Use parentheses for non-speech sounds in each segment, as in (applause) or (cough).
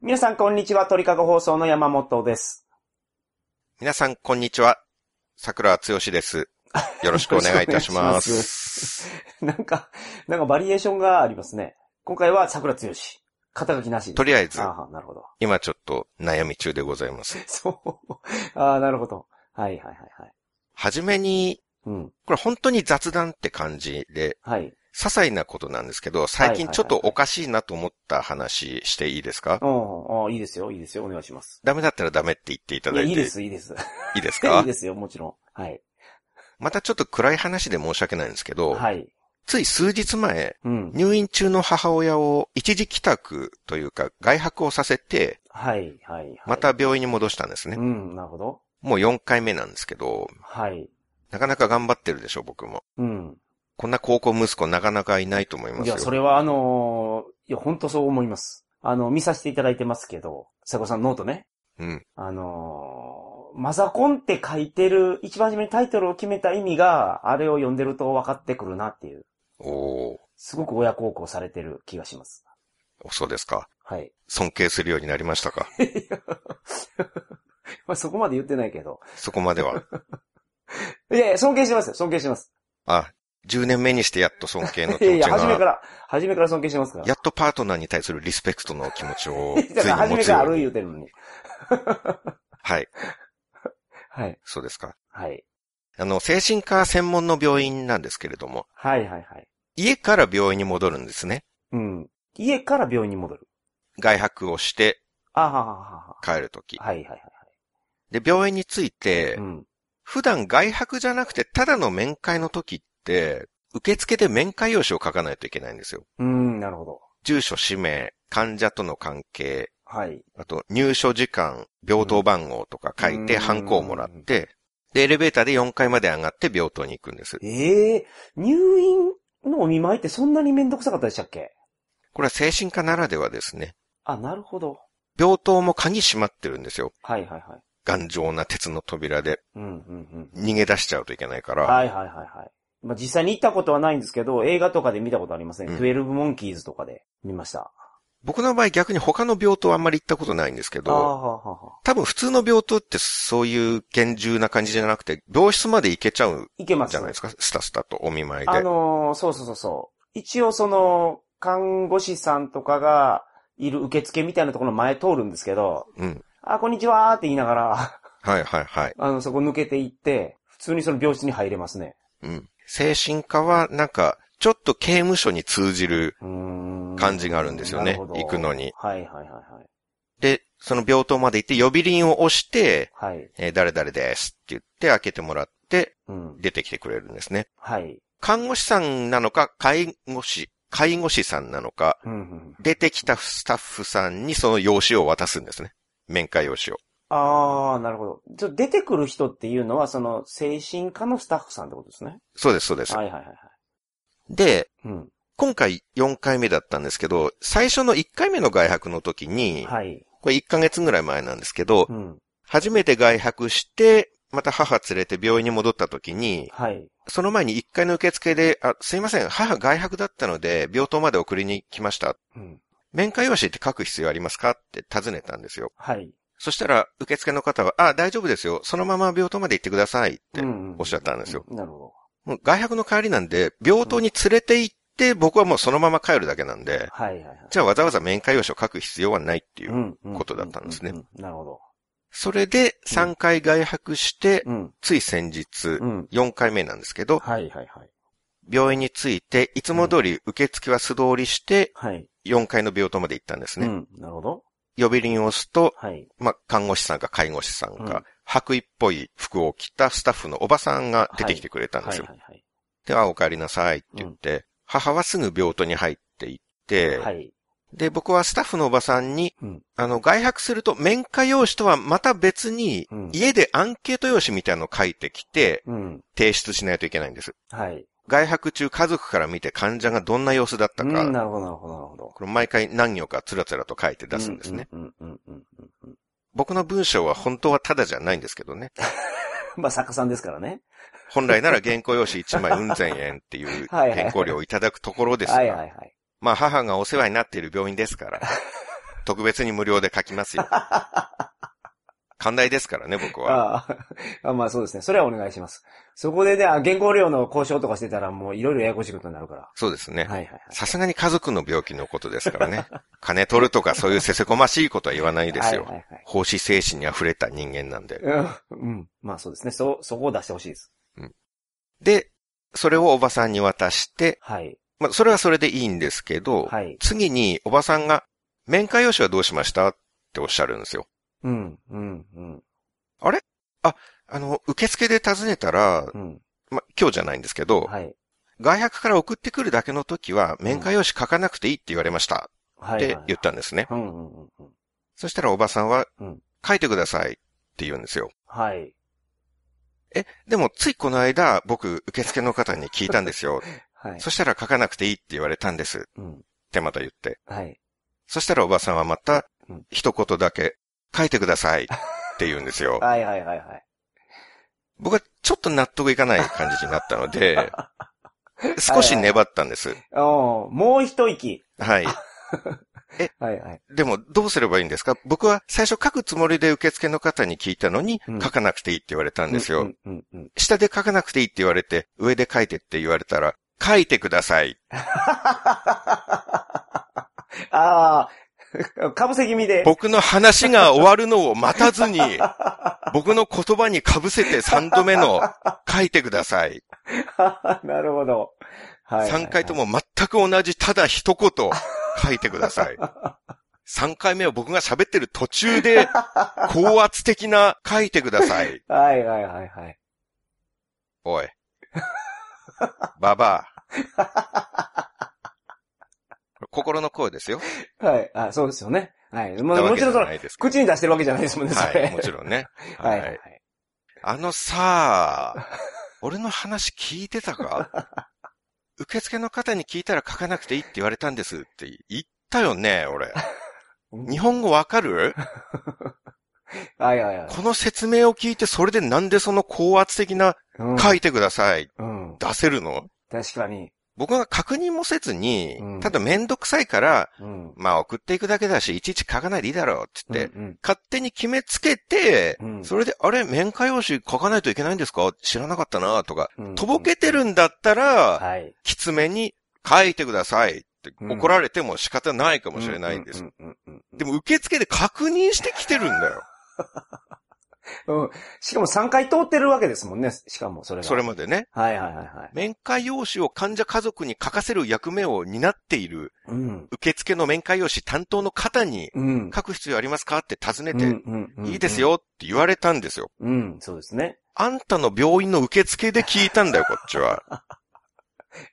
皆さん、こんにちは。鳥かご放送の山本です。 (laughs) 皆さん、こんにちは。桜つよしです。よろしくお願いいたしまよろす。なんか、なんかバリエーションがありますね。今回は桜剛。肩書きなしで。とりあえず、ああ、なるほど。今ちょっと悩み中でございます。そう。 (laughs) ああ、なるほど。はいはいはいはい。はじめに、うん。これ本当に雑談って感じで、はい。些細なことなんですけど、最はいはい近はいちょっとおかしいなと思った話していいですかうん。ああ、いいですよ。いいですよ。お願いします。ダメだったらダメって言っていたいだやいいていいです、いいです。いですいいかですよ、もちろん。はい。またちょっと暗い話で申し訳ないんですけど、はい。つい数日前、うん。入院中の母親を一時帰宅というか外泊をさせて、はい、はい、はい。また病院に戻したんですねう。ん、なるほど。もう4回目なんですけど、はい。なかなか頑張ってるでしょ、僕も。うん。こんな高校息子なかなかいないと思いますいよ。や、それはあのーいや、本当そう思います。あの、見させていただいてますけど、佐古さんノートね。うん。あのーマザコンって書いてる、一番初めにタイトルを決めた意味が、あれを読んでると分かってくるなっていう、おすごく親孝行されてる気がします。ー、そうですか。 (laughs) はい。尊敬するようになりましたか。 (laughs) まあ、そこまで言ってないけど。そこまでは。いやいや、尊敬してますよ、尊敬してます。あ、10年目にしてやっと尊敬のい気や持いちや、初めかが、ら、初めから尊敬してますから。やっとパートナーに対するリスペクトの気持ちを、 (laughs) だかつらいに初持めつからあようる言に。うてるのに。はい、はい、そうですか。はい。あの、精神科専門の病院なんですけれども、はい、はい、はい。家から病院に戻るんですね。うん。家から病院に戻る。外泊をしてあはははは。帰るとき。はい、はい、はいで、病院に着いはてい。う、ん。普段外泊じゃなくて、ただの面会の時って、受付で面会用紙を書かないといけないんですよ。うん、なるほど。住所、氏名、患者との関係、はい。あと入所時間、病棟番号とか書いて、うんハンコをもらって、で、エレベーターで4階まで上がって病棟に行くんです。ええ入院のお見舞いってそんなにめんどくさかったでしたっけこれは精神科ならではですね。あ、なるほど。病棟も鍵閉まってるんですよ。はいはいはい。頑丈な鉄の扉でうんうんうん。逃げ出しちゃうといけないから。はいはいはいはい。まあ、実際に行ったことはないんですけど、映画とかで見たことありません。うん12モンキーズとかで見ました。僕の場合逆に他の病棟はあんまり行ったことないんですけああ、ど、はあはあはあ。多分普通の病棟ってそういう厳重な感じじゃなくて、病室まで行けちゃういけます。じゃないですか、スタスタとお見舞いで。あのーそうそうそうそう。一応その、看護師さんとかがいる受付みたいなところの前通るんですけど、うん。あ、こんにちはーって言いながら、 (laughs) はいはいはい。あの、そこ抜けていって、普通にその病室に入れますね。うん。精神科はなんか、ちょっと刑務所に通じる感感じがあるんですよね、行くのに。はいはいはで、その病棟まで行って呼び鈴を押して、いはい。はい。えー誰々ですって言って開けてもらってうん。出てきてくれるんですね。はい。看護師さんなのか、介護士、介護士さんなのか、うんうん。出てきたスタッフさんにその用紙を渡すんですね。面会用紙を。あー、なるほど。ちょ出てくる人っていうのは、その、精神科のスタッフさんってことですね。そうです、そうです。はいはいはいはい。で、うん。今回4回目だったんですけど、最初の1回目の外泊の時に、はい。これ1ヶ月ぐらい前なんですけどう、ん。初めて外泊して、また母連れて病院に戻った時に、はい。その前に1階の受付で、あ、すいません、母外泊だったので、病棟まで送りに来ました。うん。面会用紙って書く必要ありますかって尋ねたんですよ。はい。そしたら、受付の方は、あ、大丈夫ですよ。そのまま病棟まで行ってくださいってうんおっしゃったんですよ。うんなるほもう外泊の帰りなんで、病棟に連れて行って、僕はもうそのまま帰るだけなんど。で、はいはいはい。じゃあわざわざ面会用紙を書く必要はないっていう。んうことだったんですねううなるほど。それで3回外泊して、うん。つい先日う、ん。 4回目なんですけど、はいはいはい。病院に着いて、いつも通り受付は素通りして、はい。 4階の病棟まで行ったんですうね。ん。なるほど。呼び鈴を押すと、はい。まあ、看護師さんか介護師さんうんか、白衣っぽい服を着たスタッフのおばさんが出てきてくれたんではすいよ。はいはい。で、あ、お帰りなさいって言って、母はすぐ病棟に入っていって、はい。で、僕はスタッフのおばさんに、うんあの、外泊すると面会用紙とはまた別に、うん家でアンケート用紙みたいなのを書いてきて、うん。提出しないといけないんです。はい。外泊中家族から見て患者がどんな様子だったうか、ん。なるほどなるほどなるほど。これ毎回何行かつらつらと書いて出すんですね。うんうんうんうんうん僕の文章は本当はただじゃないんですけどね。うん。 (laughs) まあ、作家さんですからね。本来なら原稿用紙1枚うん千円っていう (laughs) はいはい原稿料をいただくところですが、はいはいはい。 (laughs) まあ母がお世話になっている病院ですから、特別に無料で書きますよ。寛大ですからね、僕は。あ (laughs) あ、まあそうですね。それはお願いします。そこでね、あ原稿料の交渉とかしてたらもういろいろややこしいことになるから。そうですね。はいはいはい。さすがに家族の病気のことですからね。 (laughs) 金取るとかそういうせせこましいことは言わないですよは。いはい奉仕精神に溢れた人間なんで。はい。うん。うんまあそうですね。そ、そこを出してほしいです。で、それをおばさんに渡して、はい。まあ、それはそれでいいんですけど、はい。次におばさんが、面会用紙はどうしましたっておっしゃるんですよ。うん、うん、うん、あの、受付で尋ねたら、うん。まあ、今日じゃないんですけど、はい。外泊から送ってくるだけの時は、面会用紙書かなくていいって言われましたはっい。はいて言ったんですね。うん、うん、うんうん。そしたらおばさんはうん、書いてくださいって言うんですよ。はい。え、でもついこの間、僕、受付の方に聞いたん (laughs) ですよ。はい。そしたら書かなくていいって言われたんです。っうん。てまた言って。はい。そしたらおばさんはまたうん、一言だけ、書いてくださいって言うんです (laughs) よ。はい、はい、はい、はい。僕はちょっと納得いかない感じになった (laughs) ので、少し粘ったんです。おーもう一息。はい。はい、はい。でも、どうすればいいんですか僕は最初書くつもりで受付の方に聞いたのに、うん書かなくていいって言われたんですよ。うん、うん、うん。下で書かなくていいって言われて、上で書いてって言われたら、書いてください。ああー、 (laughs) かぶせ気味で。僕の話が終わるのを待たず (laughs) に、僕の言葉に被せて3度目の書いてください。 (laughs) なるほど。はい。 3回と。も全く同じただ一言書いてください。3回目は僕が喋ってる途中で、高圧的な書いてください。はい、はい、はい、はい。おい。ババア。心の声ですよ。はい、あそうですよね。はい。もだわもけちじろゃんそのな、いですけど口に出してるわけじゃないですもんね、それ。はい、もちろんね。 (laughs) はい、はい、はい。あのさあ、俺の話聞いて (laughs) たか受付の方に聞いたら書かなくていいって言われたんですって言ったよね、俺。日本語わかるはい、はい、はい。この説明を聞いてそれでなんでその高圧的なうん書いてくださいうん。出せるの確かに。僕が確認もせずにう、んただめんどくさいから、うん。まあ送っていくだけだし、いちいち書かないでいいだろうって言って、うん、勝手に決めつけてう、んそれで、あれ、面会用紙書かないといけないんですか知らなかったなとか、うんとぼけてるんだったら、はい。きつめに書いてくださいってうん怒られても仕方ないかもしれないんでう。すん。うんうんうんでも受付で確認してきてるんだよ。うん。しかも3回通ってるわけですもんね、しかもそれが。それまでね。はいはいはいはい。面会用紙を患者家族に書かせる役目を担っているうん。受付の面会用紙担当の方にうん。書く必要ありますかって尋ねうんて、うんうんいいです。よって言われたんですよ。うん、そうですね。あんたの病院の受付で聞いたんだよ、こっちは。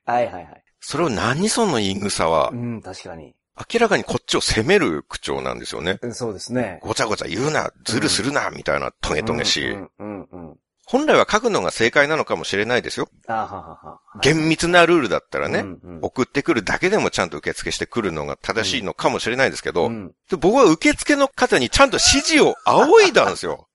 はいはいはい。それを何その言い草はう、ん、確かに。明らかにこっちを責める口調なんですよね。うんそうですね。ごちゃごちゃ言うな、ズルするな、みたいなトゲトゲしい。うんうんうんうん。本来は書くのが正解なのかもしれないですよ。あははは。厳密なルールだったらうね、んうん送ってくるだけでもちゃんと受付してくるのが正しいのかもしれないですけうど、ん。で僕は受付の方にちゃんと指示を仰いだんですよ。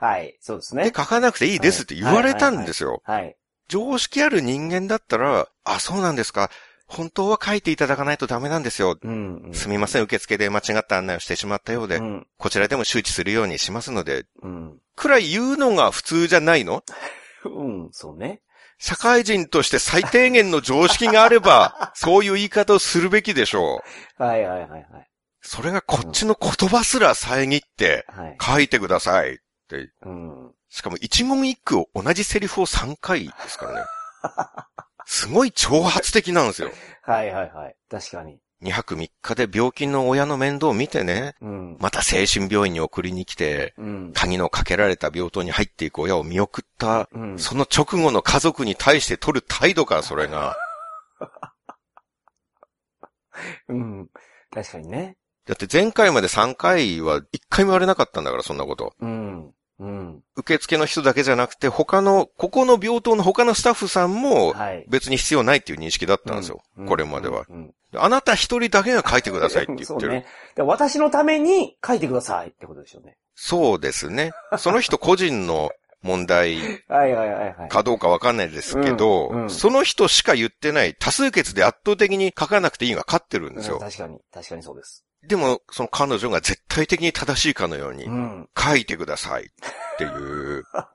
はい、そうですで、ね。書かなくていいですって言われたんですよ。はい。常識ある人間だったら、あ、そうなんですか。本当は書いていただかないとダメなんですよ。うんうん。すみません、受付で間違った案内をしてしまったようでう、ん。こちらでも周知するようにしますので、うん。くらい言うのが普通じゃないのうん、そうね。社会人として最低限の常識があれば、そういう言い方をするべきでしょう。はいはいはいはい。それがこっちの言葉すら遮って、はい。書いてください。うん。しかも一言一句を同じセリフを3回ですからね。すごい挑発的なんですよ。はいはいはい。確かに。 2泊3日で病気の親の面倒を見てね、うん。また精神病院に送りに来て、うん。鍵のかけられた病棟に入っていく親を見送った、うん。その直後の家族に対して取る態度か、それが。うん。確かにね。だって前回まで3回は1回も言われなかったんだから、そんなこと。うん。うん。受付の人だけじゃなくて、他の、ここの病棟の他のスタッフさんも、はい。別に必要ないっていう認識だったんですよ。うこれまでは。うん。あなた一人だけが書いてくださいって言っそうてる。ね。で私のために書いてくださいってことでしょうね。そうですね。その人個人の問題はいはいはいはい。かどうかわかんないですけど、うんうんその人しか言ってない多数決で圧倒的に書かなくていいが勝ってるんうでんすよ。確かに、確かにそうです。でも、その彼女が絶対的に正しいかのようにう、ん。書いてくださいっていう。は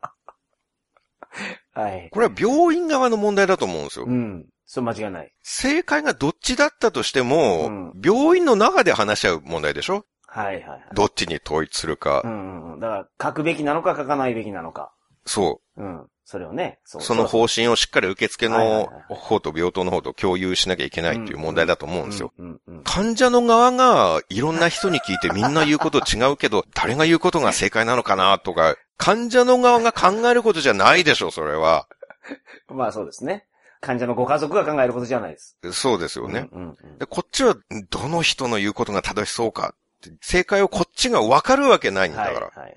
い。これは病院側の問題だと思うんですよう。ん。そう間違いない。正解がどっちだったとしても、うん病院の中で話し合う問題でしょはいはいはい。どっちに統一するうか。んうんうん。だから、書くべきなのか書かないべきなのか。そ。うん。それをね、そううその方針をしっかり受付はいはいのはい方と病棟の方と共有しなきゃいけないっていう問題だと思うんですよ。。うんうんうん。患者の側がいろんな人に聞いてみんな言うこと違うけ (laughs) ど、誰が言うことが正解なのかなとか、患者の側が考えることじゃないでしょ、それは。まあそうですね。患者のご家族が考えることじゃないです。そうですよね。うんうんうんでこっちは、どの人の言うことが正しそうかって、正解をこっちがわかるわけないんだはかいはいら。はい。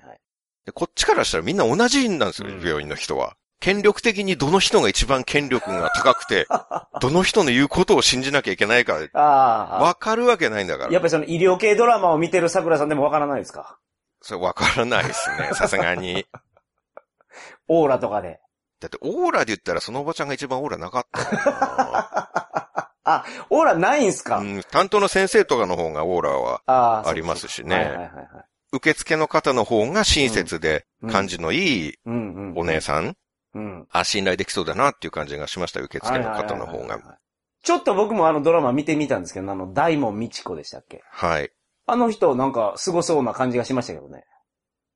でこっちからしたらみんな同じなんですよ、うん病院の人は。権力的にどの人が一番権力が高く (laughs) て、どの人の言うことを信じなきゃいけないか、あわかるわけないんだかあ。ら。やっぱりその医療系ドラマを見てる桜さんでもわからないですかそれわからないです (laughs) ね、さすがに。オーラとかで。だって、オーラで言ったらそのおばちゃんが一番オーラなかったか (laughs) あ、オーラないんすか、な、うん、担当の先生とかの方がオーラはああ。ありますしはいはいはね。いはい。受付の方の方が親切で、うん感じのいいうんうん。お姉さん、うん。あ、信頼できそうだなっていう感じがしました、受付の方はいはの方いはいが。はい。ちょっと僕もあのドラマ見てみたんですけど、あの、大門みち子でしたっけはい。あの人なんか凄そうな感じがしましたけどね。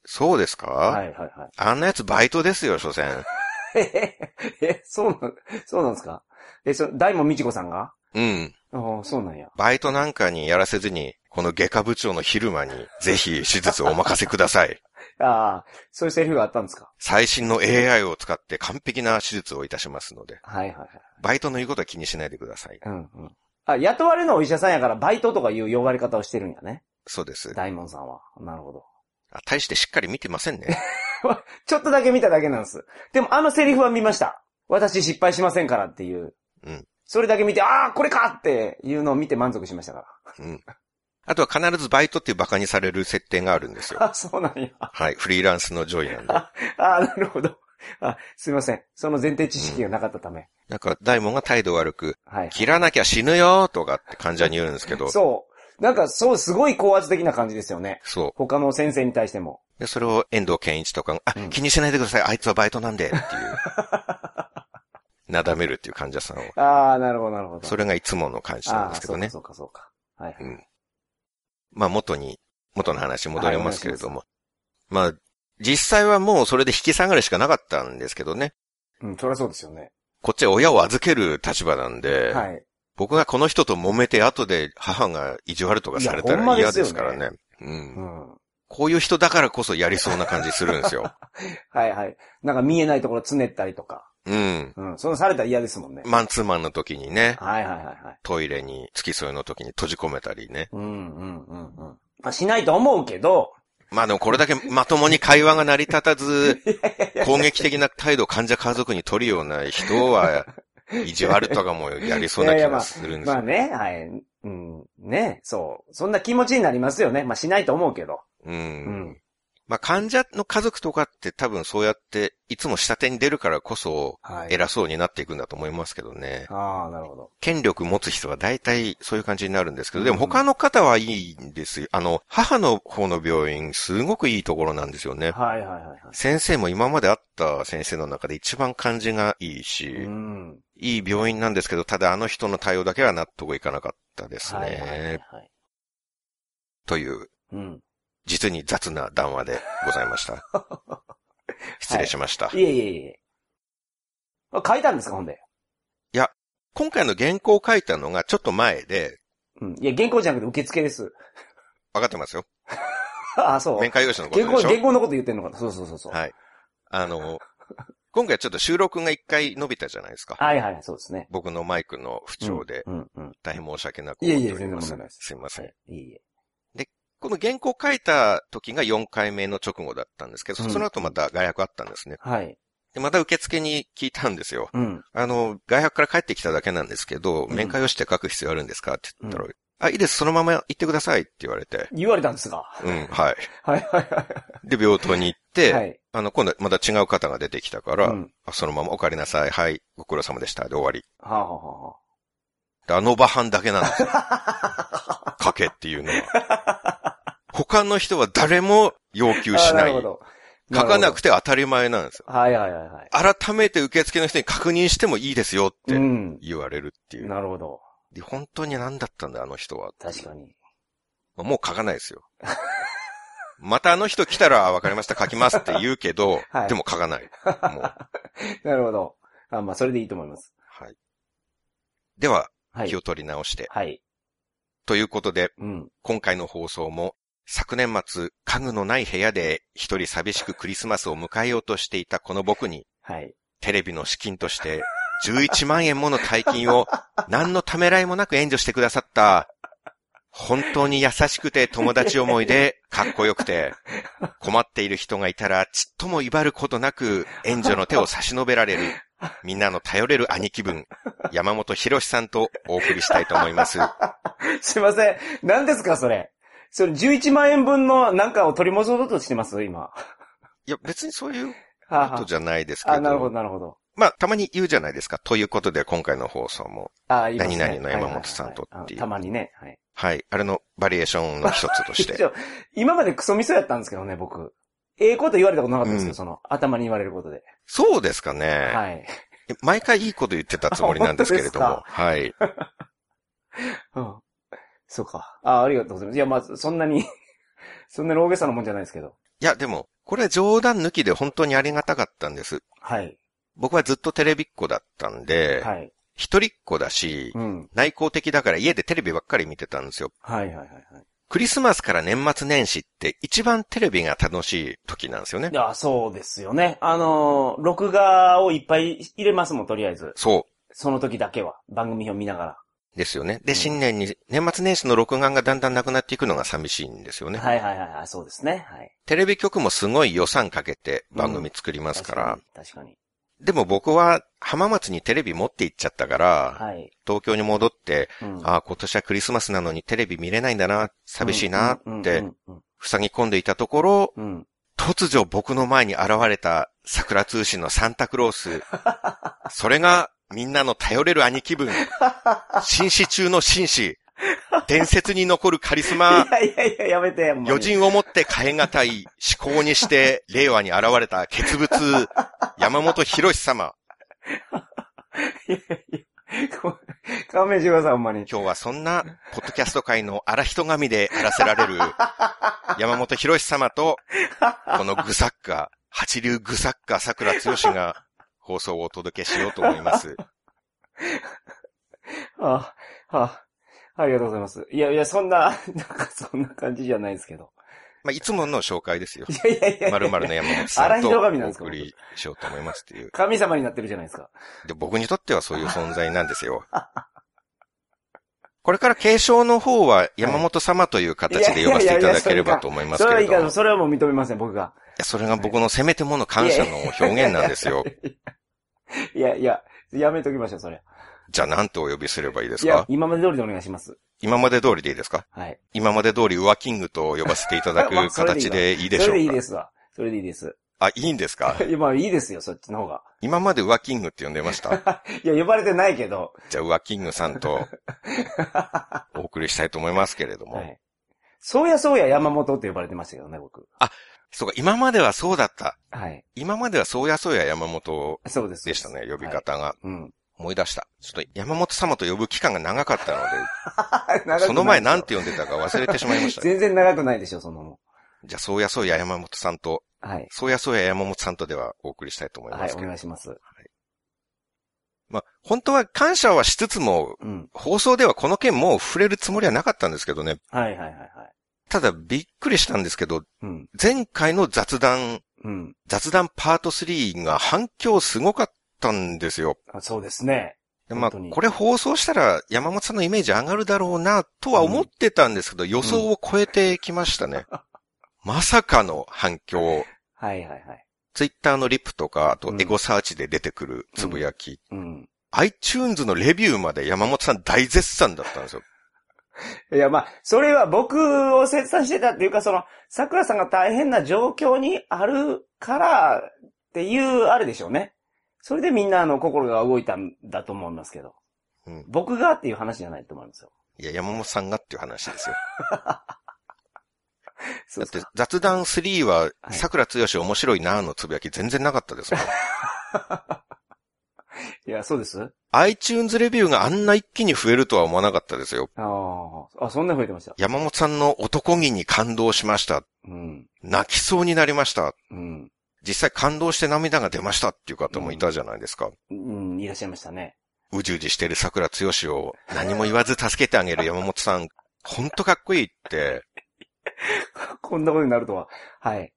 そうですか、はいはいはあんなやつバイトですよ、所詮。い。 (laughs) えへへへ、そうなん、そうなんですかえ、そ、大門みち子さんがうん。ああ、そうなんや。バイトなんかにやらせずに、この外科部長の昼間に、ぜひ手術をお任せください。 (laughs) ああ、そういうセリフがあったんですか最新の AI を使って完璧な手術をいたしますので、はいはいはい。バイトの言うことは気にしないでください。うんうん。あ、雇われのお医者さんやからバイトとかいう呼ばれ方をしてるんやね。そうです。大門さんは。なるほど。あ大してしっかり見てませんね。 (laughs) ちょっとだけ見ただけなんです。でもあのセリフは見ました。私失敗しませんからっていう。うん。それだけ見て、ああ、これかっていうのを見て満足しましたかうん。あとは必ずバイトっていう馬鹿にされる設定があるんですよ。ら。あ、 (laughs) そうなんや。はい。フリーランスの上位なんで。ああ、なるほど。あ、すいません。その前提知識がなかったため。なんか、大門が態度悪く、はい。切らなきゃ死ぬよとかって患者に言うんですけど、そう。なんか、そう、すごい高圧的な感じですよね。そう。他の先生に対しても。で、それを遠藤健一とかが、あ、うん気にしないでください。あいつはバイトなんで、っ (laughs) ていう。なだめるっていう患者さんを。ああ、なるほど、なるほど。それがいつもの感じなんですけどあねー。そうか、そうか、そうか。はい。うんまあ、元に、元の話戻りますけれども。まあ、実際はもうそれで引き下がるしかなかったんですけどね。うん、そりゃそうですよね。こっちは親を預ける立場なんで、はい。僕がこの人と揉めて後で母が意地悪とかされたいやほんまらで嫌すよでねすからね。う。うんん。こういう人だからこそやりそうな感じするんですよ。はいはい。なんか見えないところつねったりとか。うん。うん。そのされたら嫌ですもんね。マンツーマンの時にね。はいはいはいはい。トイレに付き添いの時に閉じ込めたりね。うんうんうんうん。まあ、しないと思うけど、まあでもこれだけまともに会話が成り立 (laughs) たず、攻撃的な態度を患者家族に取るような人は、意地悪とかもやりそうな気がするんですよ。まあね、はい。うん。ね、そう。そんな気持ちになりますよね。まあ、しないと思うけど。う。うんん。まあ患者の家族とかって多分そうやって、いつも下手に出るからこそ、はい。偉そうになっていくんだと思いますけどね。ああ、なるほど。権力持つ人は大体そういう感じになるんですけど、でも他の方はいいんですよ。あの、母の方の病院、すごくいいところなんですよね。はいはいはいは先生も今まで会った先生の中で一番感じがいいし、い。うん。いい病院なんですけど、ただあの人の対応だけは納得いかなかったですね。はいはいはいはい。という、うん。実に雑な談話でございま (laughs) した。失礼しました。いえいえいえ。あ書いたんですか、ほんで。今回の原稿を書いたのがちょっと前で、うん。いや、原稿じゃなくて受付です。 (laughs) わかってますよ。ああ、そう。面会用紙のこと原稿、でし原ょ稿のこと言ってんのかなそうそうそうそう。はい。あの、今回ちょっと収録が一回伸びたじゃないですか。はいはい、そうですね。僕のマイクの不調で、うんうん。大変申し訳なくいえい思え、全っており然ま問す題ないです。すいませんは。い。いえいえ。この原稿書いた時が4回目の直後だったんですけど、うんその後また外役あったんですね。はい。で、また受付に聞いたんですよ。うん。あの、外役から帰ってきただけなんですけど、うん面会をして書く必要あるんですかって言ったら、あ、いいです、そのまま行ってくださいって言われて、言われたんですかうん、はい。はいはいで、病棟に行っはい。て、はい。あの、今度また違う方が出てきたかうら、ん。あそのままお帰りなさい、はい、ご苦労様でした、で終わり。はあはあはあはあ。 (laughs) であの場版だけなんですよ。書けっていうのは。他の人は誰も要求しあーなるい。ほ書ど。かなくて。て当たり前なんですよ。はいはいはいはい。改めて受付の人に確認してもいいですよっうてん。言われるっていう。なるほど。で本当に何だったんだ、あの人は。確かに。まあもう書かないですよ。 (laughs) またあの人来たら、わかりました、書きますって言うけど、 (laughs) はいでも書かない。もう。 (laughs) なるほど。あまあ、それでいいと思います。はい。では、はい気を。取り直して。はい。ということで、うん。今回の放送も、昨年末、家具のない部屋で一人寂しくクリスマスを迎えようとしていたこの僕に、はい。テレビの資金として、11万円もの大金を、何のためらいもなく援助してくださった、本当に優しくて友達思いで、かっこよくて、困っている人がいたら、ちっとも威張ることなく、援助の手を差し伸べられる、みんなの頼れる兄貴分、山本博さんとお送りしたいと思います。 (laughs) すいません。何ですか、それ。それ11万円分のなんかを取り戻そうとしてます、今。 (laughs) はいや、別にそういうあことじゃないですけあ、ど。なるほど、なるほど。まあ、たまに言うじゃないですか。ということで、今回の放送も。あ、いますね何々の山本さんとっていうははははあたまにね。はい。はい。あれのバリエーションの一つ (laughs) としちて。ょ今までクソミソやったんですけどね、僕。ええこと言われたことなかったんですけど、うんその、頭に言われることで。そうですかね。はい。え毎回いいこと言ってたつもりなんですけれど本当も。はい。うん。そうか。あありがとうございます。いや、まあ、そんなに、 (laughs) そんなに大げさなもんじゃないですけど。いや、でも、これは冗談抜きで本当にありがたかったんです。はい。僕はずっとテレビっ子だったんで、はい。一人っ子だし、うん。内向的だから家でテレビばっかり見てたんですよ。はいはいはいはい。クリスマスから年末年始って一番テレビが楽しい時なんですよねい。や、そうですよね。あのー録画をいっぱい入れますもん、とりあえず。そその時だけは。番組表見ながう。ですよね。うで、ん新年に、年末年始の録画がだんだんなくなっていくのが寂しいんですよねら。。はいはいはいはい。そうですね。はい。テレビ局もすごい予算かけて番組作りますから。確かに。でも僕は浜松にテレビ持って行っちゃったから、確かにはい。東京に戻って、うんああ、今年はクリスマスなのにテレビ見れないんだな、寂しいなっうて、んうん塞ぎ込んでいたところ、うんうん。突如僕の前に現れた桜通信のサンタクロー (laughs) ス。それがみんなの頼れる兄貴分。紳士中の紳士。伝説に残るカリ (laughs) スマ。いやいやいや、やめて。ほんまに余人をもって変え難い思考にして令和に現れた傑物、山本博様。いやいやご (laughs) 勘弁してください、ほんまに。今日はそんな、ポッドキャスト界の荒人神であらせられる、 (laughs) 山本博様と、この具作家、八流具作家桜剛が放送をお届けしようと思います。ああ、ああ、ありがとうございます。いやいや、そんな、 (laughs) なんかそんな感じじゃないですけど。まあ、いつもの紹介ですよ。いやいやいやいや。まるの山本さんと荒人神なんおですか送りしようと思いますっていう。神様になってるじゃないですか。で、僕にとってはそういう存在なんですよ。これから継承の方は山本様という形で呼ばせていただければと思いまそすれけはれいいかどら、も。それはもう認めません、僕が。いやそれが僕のせめてもの感謝の表現なんですよ。 (laughs) いやいや、やめときましょう、それ。じゃあ何とお呼びすればいいですいやか、今まで通りでお願いします。今まで通りでいいですかはい。今まで通りウワキングと呼ばせていただまく (laughs) あそれでいいわ形でいいそでしょれうかでいいですわ。それでいいです。 (laughs) あ、いいんですかいや、まあいいですよ、そっちの方が。今までウワキングって呼んでました (laughs) いや、呼ばれてないけど。じゃあウワキングさ (laughs) んとお送りしたいと思いますけれども。はい。そうやそうや山本って呼ばれてましたけどね、僕。そうか、今まではそうだった。はい。今まではそうやそうや山本そうです。でしたね、呼びはい方が。うん。 (laughs) 思い出した。ちょっと山本様と呼ぶ期間が長かったの長くないで、その前なんて呼んでたか忘れてしま (laughs) いました。全然長くないでしょ、そんなもん。じゃあ、そうやそうや山本さんと、はい。そうやそうや山本さんとではお送りしたいと思いまはい、おすけど。願いします。まあ、本当は感謝はしつつも、うん。放送ではこの件もう触れるつもりはなかったんですけどね。はいはいはいはい。ただ、びっくりしたんですけど、うん。前回の雑談、うん。雑談パート3が反響すごかったんですよ。あそうですね。でまあ、本当にこれ放送したら山本さんのイメージ上がるだろうな、とは思ってたんですけど、予想を超えてきました (laughs) ね。まさかの反響。はいはいはい。ツイッターのリップとか、あとうんエゴサーチで出てくるつぶやき。うん。 iTunes のレビューまで山本さん大絶賛だったんですよ。いや、まあ、それは僕を切断してたっていうか、その、桜さんが大変な状況にあるからっていう、あれでしょうね。それでみんなあの心が動いたんだと思いますけど。うん僕がっていう話じゃないと思いますよ。いや、山本さんがっていう話ですよ。 (laughs) そだうっですてか。雑談3は、はい桜つよし面白いなーのつぶやき全然なかったですもん。いや、そうです。あ iTunes レビューがあんな一気に増えるとは思わなかったですよ。あ。あ、そんな増えてました。山本さんの男気に感動しました。うん。泣きそうになりました。うん。実際感動して涙が出ましたっていう方もいたじゃないですか。うん、いらっしゃいましたね。うじうじしてる桜つよしを何も言わず助けてあげる (laughs) 山本さん、ほんとかっこいいって、こんなことになるとは。はい。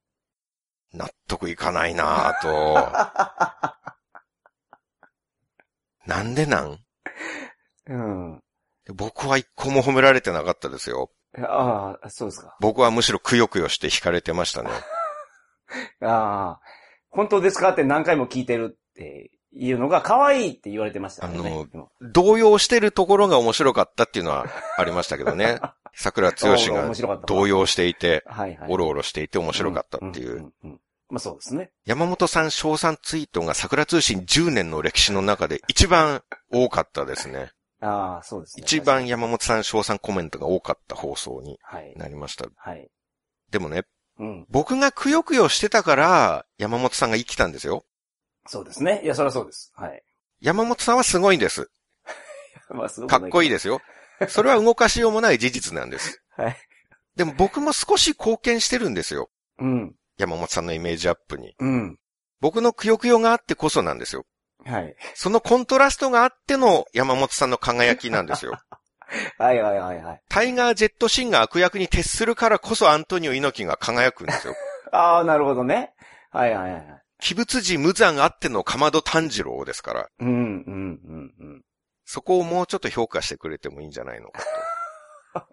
納得いかないなぁと。なんでなんうん。僕は一個も褒められてなかったですよ。ああ、そうですか。僕はむしろくよくよして惹かれてましたね。ああ。本当ですかって何回も聞いてるっていうのが可愛いって言われてましたからね。あのでも動揺してるところが面白かったっていうのはありましたけど (laughs) ね。桜つよしが面白かった。動揺していて、はいはい。おろおろしていて面白かったっていんう。んうんまあそうですね。山本さん賞賛ツイートが桜通信10年の歴史の中で一番多かったですね。ああ、そうですね。一番山本さん賞賛コメントが多かった放送にはい。なりました。はい。でもね、うん。僕がくよくよしてたから山本さんが生きたんですよ。そうですね。いや、そりゃそうです。はい。 (laughs) 山本さんはすごいんです。まあ、すごかっこいいでですよ。それは動かしようもない事実なんです。はい。でも僕も少し貢献してるんですよ。す。うん。山本さんのイメージアップに。うん。僕のくよくよがあってこそなんですよ。はい。そのコントラストがあっての山本さんの輝きなんですよ。はいはいはいはい。タイガー・ジェット・シンが悪役に徹するからこそアントニオ猪木が輝くんですよ。ああ、なるほどね。はいはいはいはい。鬼物寺無惨あってのかまど炭治郎ですから、うん、うん、うん、うん。そこをもうちょっと評価してくれてもいいんじゃないのかと。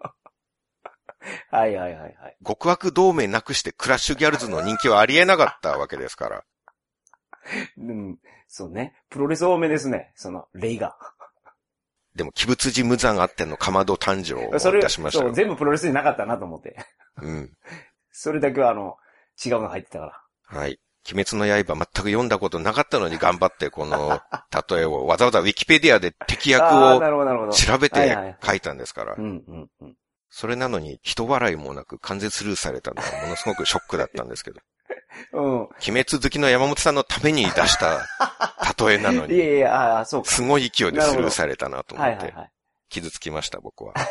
はいはいはいはい。極悪同盟なくしてクラッシュギャルズの人気はありえなかったわけですから。うん。そうね。プロレス多めですね。その、レイが。でも、鬼物寺無惨あってのかまど炭治郎を思い出しましたそよう、。全部プロレスになかったなと思って。 (laughs) うん。それだけはあの、違うの入ってたから。はい。鬼滅の刃全く読んだことなかったのに頑張って (laughs) この例えをわざわざウィキペディアで敵役ああー、をなるほどなるほど。調べはいはてい書いたんですからう。ん、うん、うん。それなのに、人笑いもなく完全スルーされたのはものすごくショックだったんですけど、う (laughs) ん。鬼滅好きの山本さんのために出した例えな (laughs) のいやに、いや、ああ、そうか。すごい勢いでスルーされたなと思はいっはいて、はい。傷つきました、僕は。 (laughs)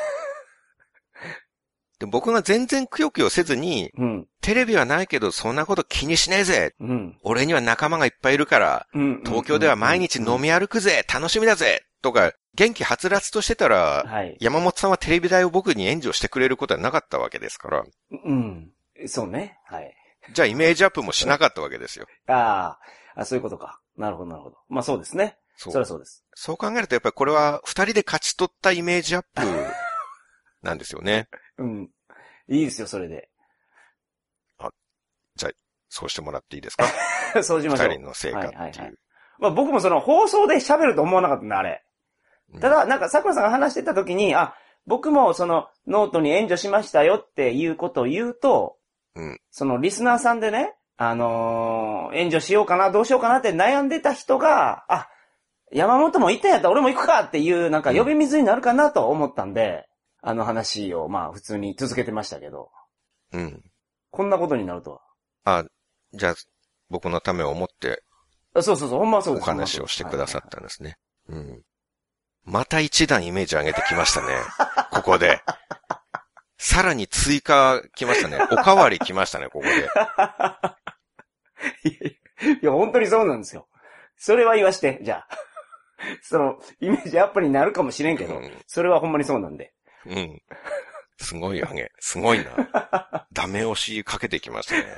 で僕が全然くよくよせずに、うん、テレビはないけどそんなこと気にしねえぜうん。俺には仲間がいっぱいいるから、うん東京では毎日飲み、み歩くぜ楽しみだぜとか、元気はつらつとしてたら、はい。山本さんはテレビ台を僕に援助してくれることはなかったわけですから、うん。そうね。はい。じゃあイメージアップもしなかったわけですよ。ああ、あそういうことか。なるほど、なるほど。まあそうですね。そそりゃう。そうです。そう考えるとやっぱりこれは二人で勝ち取ったイメージアッ (laughs) プなんですよね。うん。いいですよ、それで。 (laughs) そうしてもらっていいで (laughs) すかそうし二ましょう人。の成果っていう。はいはいはいまあ僕もその放送で喋ると思わなかったんだ、あれ。うんただ、なんか桜さんが話してた時に、あ、僕もそのノートに援助しましたよっていうことを言うと、うんそのリスナーさんでね、あのー援助しようかな、どうしようかなって悩んでた人が、あ、山本も行ったんやったら俺も行くかっていう、なんか呼び水になるかなと思ったんで、あの話をまあ普通に続けてましたけど、うん。こんなことになるとは。あ、じゃあ僕のためを思ってあそうそうそう、ほんまそうおです。話をしてくださたったんですね。うん。また一段イメージ上げてき (laughs) ましたね。ここで。さらに追加来ましたね。おかわり来ましたね、ここで。いやいや、本当にそうなんですよ。それは言わして、じゃあ。 (laughs) その、イメージアップになるかもしれんけど、うんそれはほんまにそうなんで。うん。すごい上げ。すごいな。ダメ押しかけてきましたね。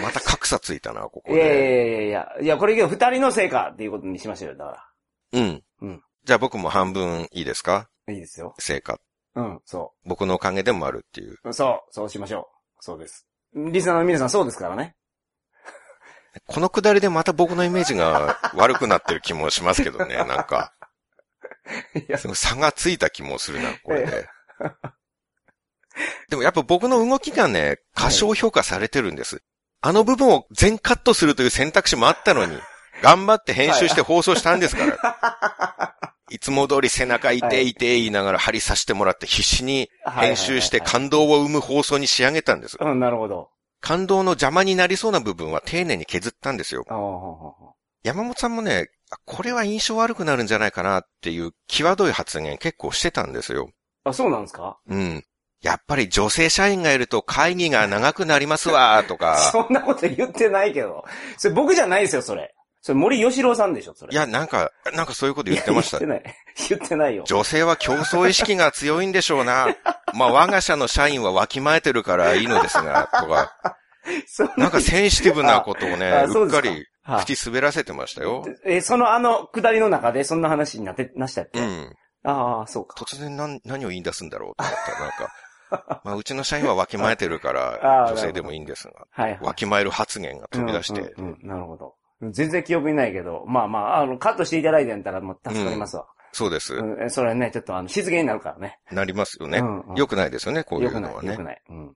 また格差ついたな、こいやこいやで。いやいや、いや、これけど二人の成果っていうことにしましょうよ、だかうん。うん。じゃあ僕も半分いいですからいいですよ。成果。うん、そ僕のおかげでもあるっていう。う。そう、そうしましょう。そうです。リスナーの皆さんそうですからね。このくだりでまた僕のイメージが悪くなってる気もしますけどね、なんか。いやすごい差がついた気もするな、これえで。でもやっぱ僕の動きがね、過小評価されてるんです。あの部分を全カット (laughs) するという選択肢もあったのに、頑張って編集して放送したんですから。いつも通り背中痛い痛い言いながら針刺してもらって必死に編集してはいはい感動を生む放送に仕上げたんです。はいはいうん、なるほど。感動の邪魔になりそうな部分は丁寧に削ったんですよ。あーほうほうほう山本さんもね、あこれは印象悪くなるんじゃないかなっていう際どい発言結構してたんですよ。あ、そうなんですかうん。やっぱり女性社員がいると会議が長くなりますわ、とか。 (laughs) そんなこと言ってないけど。それ僕じゃないですよ、それ。それ森吉郎さんでしょ、それ。いや、なんか、なんかそういうこと言ってました言。ってない。言ってないよ。女性は競争意識が強いんでしょうな。まあ、我が社の社員はわきまえてるからいいのですが、とか。そんなんかセンシティブなことを (laughs) ね、ああそううっですかかりはい口滑らせてましたよ。え、そのあの、下りの中でそんな話になって、なしたっけ、うん。ああ、そうか。突然何何を言い出すんだろうと思ったら、なんか。 (laughs) まあ、うちの社員はわきまえてるかあら (laughs) あ、女性でもいいんですが、はいはいわ。きまえる発言が飛び出して、うんうんうんなるほど。全然記憶にないけど、まあまあ、あの、カットしていただいてんだったらもう助かりますわ。そうです、うん、えそれはね、ちょっとあの、静言になるからね。なりますよねう。んうん良くないですよね、こうい良うくのな、はい良ねく。ない。うん。で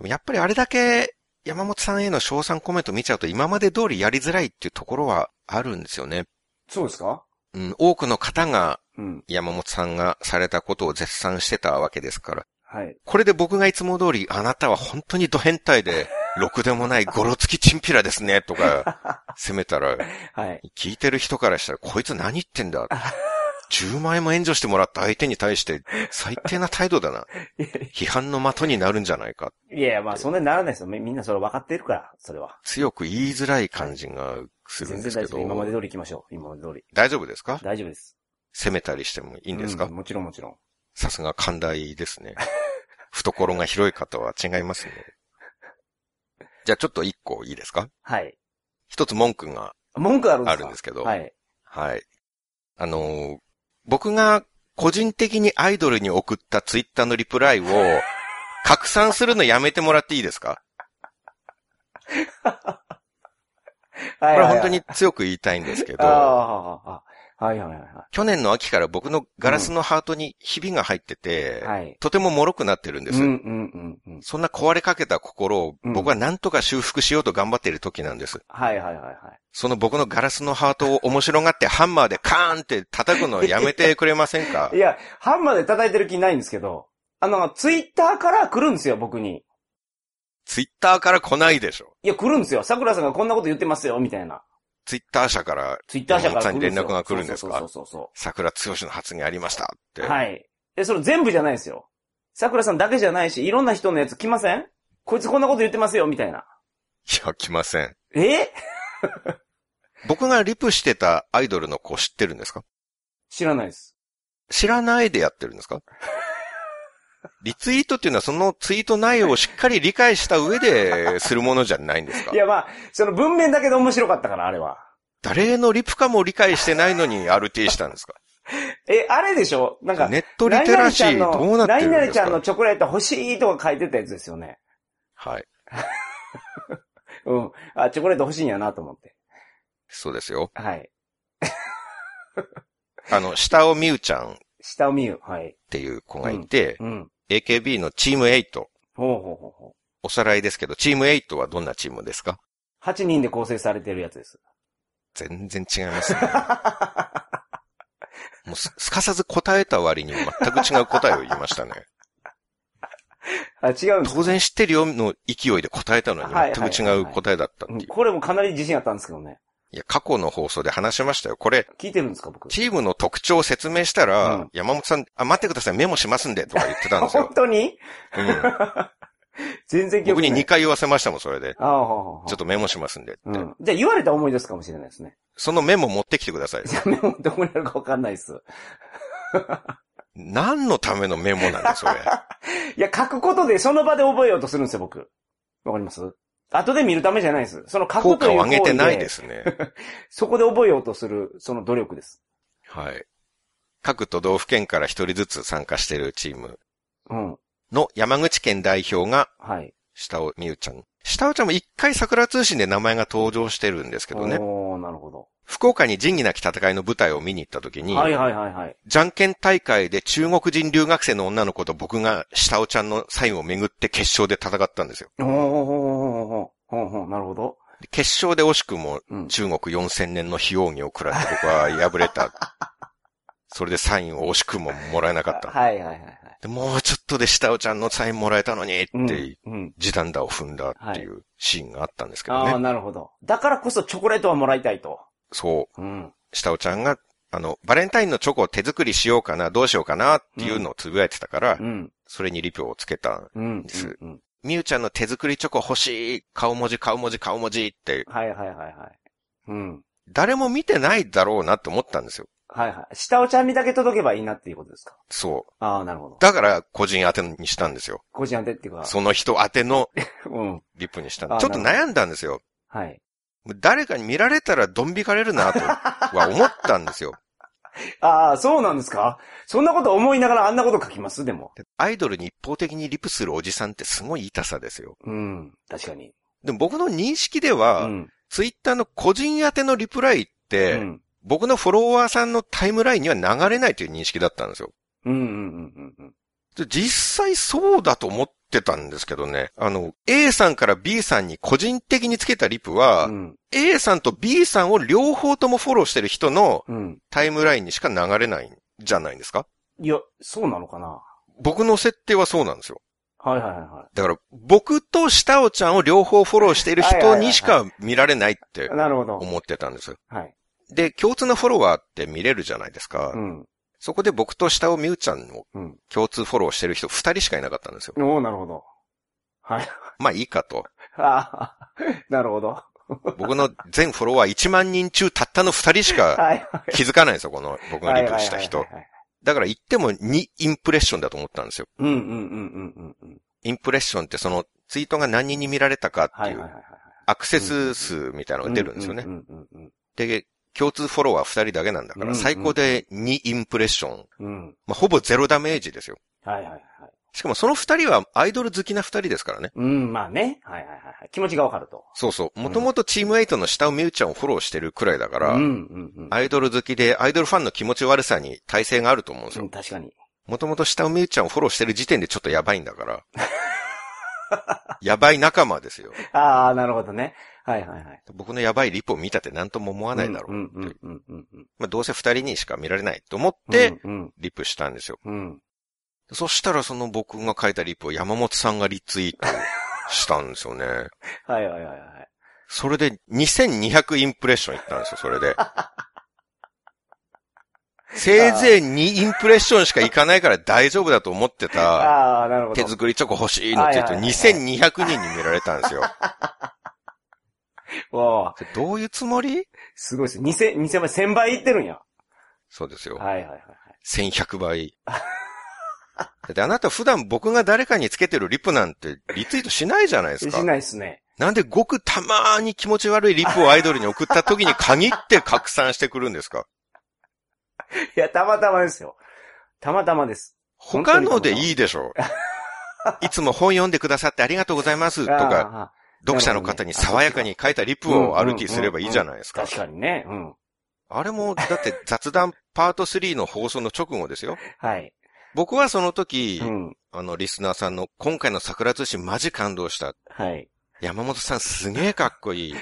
もやっぱりあれだけ山本さんへの賞賛コメント見ちゃうと今まで通りやりづらいっていうところはあるんですよね。そうですかうん、多くの方がうん。山本さんがされたことを絶賛してたわけですから。はい。これで僕がいつも通り、あなたは本当にド変態で、ろくでもないゴロつきチンピラですね、(laughs) とか、責めたら、はい。聞いてる人からしたら、こいつ何言ってんだ。10万円も援助してもらった相手に対して、最低な態度だな。批判の的になるんじゃないか。いやいや、まあ、そんなにならないですよ。みみんなそれ分かってるから、それは。強く言いづらい感じがする全然んで大丈すけ夫です。ど。今まで通り行きましょう。今まで通り。大丈夫ですか大丈夫です。責めたりしてもいいいんですか、もちろんもちろん。さすが寛大ですね。 (laughs) 懐が広い方は違いますね。じゃあちょっと一個いいですかはい。一つ文句が文句あるんですかあるんですけどはい。はい。あのー僕が個人的にアイドルに送ったツイッターのリプ (laughs) ライを拡散するのやめてもらっていいですかはこいれはいはい本当に強く言いたいんですけあど、ああ、はいはいはいは去年の秋から僕のガラスのハートにひびが入っててい。、はい。とても脆くなってるんです。うんうんうんうん。そんな壊れかけた心をうん僕は何とか修復しようと頑張っている時なんです。はいはいはいはい。その僕のガラスのハートを面白がってハンマーでカーンって叩くのをやめてくれませんかいや、ハンマーで叩いてる気ないんですけど、あの、ツイッターから来るんですよ、僕に。ツイッターから来ないでしょ。いや、来るんですよ。桜さんがこんなこと言ってますよ、みたいな。ツイッター社からツイッター社から来るんですよ。山本さんに連絡が来るんですかそうそうそう桜剛の発言ありましたって。そうそう。はい。え、それ全部じゃないですよ。桜さんだけじゃないし、いろんな人のやつ来ませんこいつこんなこと言ってますよ、みたいな。いや、来ません。え僕がリプしてたアイドルの子知ってるんですか知らないです。知らないでやってるんで (laughs) すかリツイートっていうのはそのツイート内容をしっかり理解した上でするものじゃないんですかいや、まあ、その文面だけで面白かったから、あれは。誰のリプかも理解してないのに RT したんですかえ、あれでしょなんか、ネットリテラシーどうなっナてるんイナでリすちゃんのかチョコレート欲しいとか書いてたやつですよね。はい。うん。あ、チョコレート欲しいんやなと思って。そうですよ。はい。あの、下尾美宇ちゃんっ下を見ゆ。はい。ていう子がいて、うん。 AKB のチーム8。ほうほうほうほう。おさらいですけど、チーム8はどんなチームですか8人で構成されてるやつです。全然違います (laughs) ね。もうす、すかさず答えた割に全く違う答えを言いましたね。あ、違うんです当然知ってるよの勢いで答えたのにはい全く違う答えだったってういんう。これもかなり自信あったんですけどね。いや、過去の放送で話しましたよ。これ、聞いてるんですか、僕。チームの特徴を説明したら、うん山本さん、あ、待ってください、メモしますんで、とか言ってたんです本 (laughs) よ。当にうん、全然記憶な僕い。に2回言わせましたもん、それで。ああ、ほうほうほうちょっとメモしますんでって。うん。じゃあ言われたら思い出すかもしれないですね。 (laughs) そのメモ持ってきてください。じゃあメモどこにあるかわかんないです。何のためのメモなん (laughs) だ、それ。いや、書くことでその場で覚えようとするんですよ、僕。わかります後で見るためじゃないです。その書効くと果いうを行上げて為ないでで、すね。そこで覚えようとする、その努力です。はい。各都道府県から一人ずつ参加しているチームうん。の山口県代表がはい。下尾美優ちゃん。下尾ちゃんも一回桜通信で名前が登場してるんですけどね。おー、なるほど。福岡に仁義なき戦いの舞台を見に行った時に、はいはいはいはい。じゃんけん大会で中国人留学生の女の子と僕が下尾ちゃんのサインを巡って決勝で戦ったんですよ。おー、ほうほうほう、なるほど。で決勝で惜しくもうん。 (laughs) 中国4000年の非容疑を食らって僕は敗れた。それでサインを惜しくももらえなかった。はいはいはいはい。でもうちょっとで下尾ちゃんのサインもらえたのにっうんて、うん。時短打を踏んだっていうシーンがあったんですけどね。ああ、なるほど。だからこそチョコレートはもらいたいと。そう。うん。下尾ちゃんが、あの、バレンタインのチョコを手作りしようかな、どうしようかなっていうのをつぶやいてたから、うん。それにリプをつけた。うん。ですうん。みゆちゃんの手作りチョコ欲しい顔文字顔文字顔文字って、はいはいはいはい。うん。誰も見てないだろうなって思ったんですよ。はいはい。下おちゃんにだけ届けばいいなっていうことですか。そう。ああ、なるほど。だから、個人宛てにしたんですよ。個人当てっていうか。その人宛てのうん。リップにしたんあちょっとなる悩んだんですよ。はい。誰かに見られたらドン引かれるなとは思ったんですよ。ああ、そうなんですかそんなこと思いながらあんなこと書きますでも。アイドルに一方的にリプするおじさんってすごい痛さですよ。うん。確かに。でも僕の認識でうは、ん。ツイッターの個人宛てのリプライっうて、ん。僕のフォロワーさんのタイムラインには流れないという認識だったんですよ。うんうんうんうんうん。で実際そうだと思ってたんですけどね。あの、A さんから B さんに個人的につけたリプは、うん。 A さんと B さんを両方ともフォローしてる人のうん。タイムラインにしか流れないんじゃないんですかいや、そうなのかな僕の設定はそうなんですよ。はいはいはいはだから、僕と下尾ちゃんを両方フォローしている人にしか見られないってい。なるほど。思ってたんですよ。はい。で、共通のフォロワーって見れるじゃないですか。うん。そこで僕と下尾美羽ちゃんのうん。共通フォローしてる人二人しかいなかったんですよ。おおなるほど。はい。 (laughs) まあいいかと。ああ、なるほど。僕の全フォロワー1万人中たったの二人しかはい。気づかないんですよ、この僕のリプした人はいはい。はいはい。だから言っても2インプレッションだと思ったんですよ。うんうんうんうんうんうん。インプレッションってそのツイートが何人に見られたかっはていいはいうはいはいアクセス数みたいなはのい。が出るんですよねう。んうんうんで、共通フォロワー二人だけなんだかうんうらん最高で2インプレッション。うん。うん。まあ、ほぼゼロダメージですよ。はいはいはい。しかもその二人はアイドル好きな二人ですからね。うん、まあね。はいはいはいはい。気持ちがわかると。そうそう。もともとチームエイトの下を美羽ちゃんをフォローしてるくらいだから、うんうんうん。アイドル好きで、アイドルファンの気持ち悪さに耐性があると思うんですうよん。確かに。もともと下尾美優ちゃんをフォローしてる時点でちょっとやばいんだ (laughs) から。やばい仲間ですよ。ああ、なるほどね。はいはいはい。僕のやばいリップを見たって何とも思わないだろう。うんうんうんうんうん。まあ、どうせ二人にしか見られないと思って、うんリップしたんですよ。うん。そしたらその僕が書いたリップを山本さんがリツイートしたんですよね。は (laughs) いはいはいはい。それで2200インプレッションいったんですよ、そ (laughs) れで。せいぜい2インプレッションしかいかないから大丈夫だと思ってた。ああ、なるほど手。作りチョコ欲しいのって言うとはいはい2200人に見られたんで (laughs) すよ。おーそれどういうつもりすごいです。2000、2000倍、1000倍いってるんや。そうですよ。はいはいはいはい。 1100倍。だってあなた普段僕が誰かにつけてるリプなんてリツイートしないじゃないでしすか。ないっすね。なんでごくたまーに気持ち悪いリプをアイドルに送った時に限って拡散してくるんですかいや、たまたまですよ。たまたまです。他のでいいでしょう。いつも本読んでくださってありがとうございますとか、か、読者の方に爽やかに書いたリプを RT すればいいじゃないですか確。かにね。うん。あれも、だって雑談パート3の放送の直後ですよ。はい。僕はその時、うん。あの、リスナーさんの、今回の桜通信マジ感動した。はい。山本さんすげえかっこいい。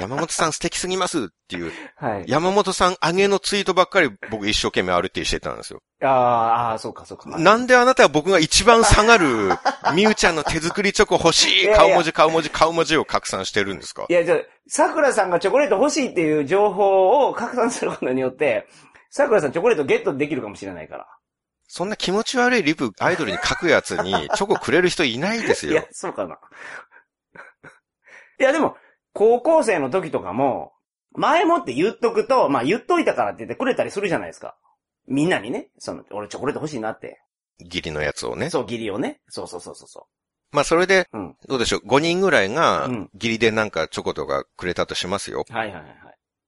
山本さん素敵すぎますっていう、はい。山本さん上げのツイートばっかり僕一生懸命 RT してたんですよ。ああ、ああ、そうかそうか。なんであなたは僕が一番下 (laughs) がる、みゆちゃんの手作りチョコ欲しい顔文字顔文字顔文字を拡散してるんですかいや、じゃあ桜さんがチョコレート欲しいっていう情報を拡散することによって、桜さんチョコレートゲットできるかもしれないから。そんな気持ち悪いリプアイドルに書くやつ (laughs) にチョコくれる人いないですいやよ。、そうかな。 (laughs) いや、でも、高校生の時とかも、前もって言っとくと、まあ言っといたからって言ってくれたりするじゃないですか。みんなにね、その、俺チョコレート欲しいなって。義理のやつをね。そう、義理をね。そうそうそうそうそまあそれで、う。うん。どうでしょう、5人ぐらいがうん、義理でなんかチョコとかくれたとしますよ。はいはいはいはい。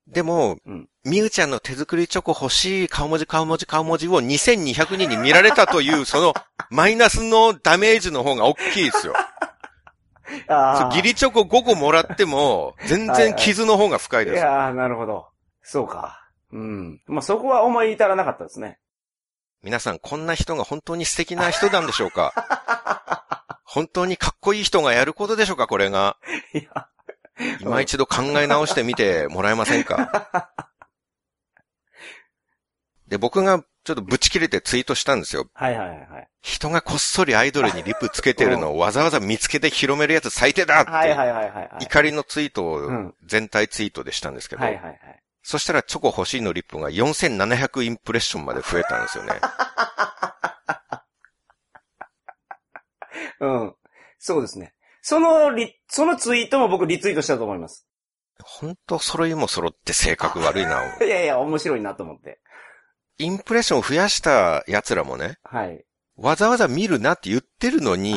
でもうん、みゆちゃんの手作りチョコ欲しい顔文字顔文字顔文字を2200人に見られたという、その、マイナスのダメージの方が大きいですよ。そあうあ。義理チョコ5個もらっても、全然傷の方が深いいです。やーなるほど。そうか。うん。まあそこは思い至らなかったですね。 (laughs) 皆さん、こんな人が本当に素敵な人なんでしょうか本当にかっこいい人がやることでしょうかこれが。いや、今一度考 (laughs) え直してみてもらえませんかで、僕がちょっとブチ切れてツイートしたんですよ。はいはいはい。人がこっそりアイドルにリプつけてるのをわざわざ見つけて広めるやつ最低だって。はいはいはいはいはい。怒りのツイートうをん全体ツイートでしたんですけど、はいはいはい。そしたらチョコ欲しいのリップが4700インプレッションまで増えたんです (laughs) よね。うん。そうですね。そのリ、そのツイートも僕リツイートしたと思います。ほんと揃いも揃って性格悪いな。いやいや、面白いなと思って。インプレッションを増やした奴らもね、はい。わざわざ見るなって言ってるのに、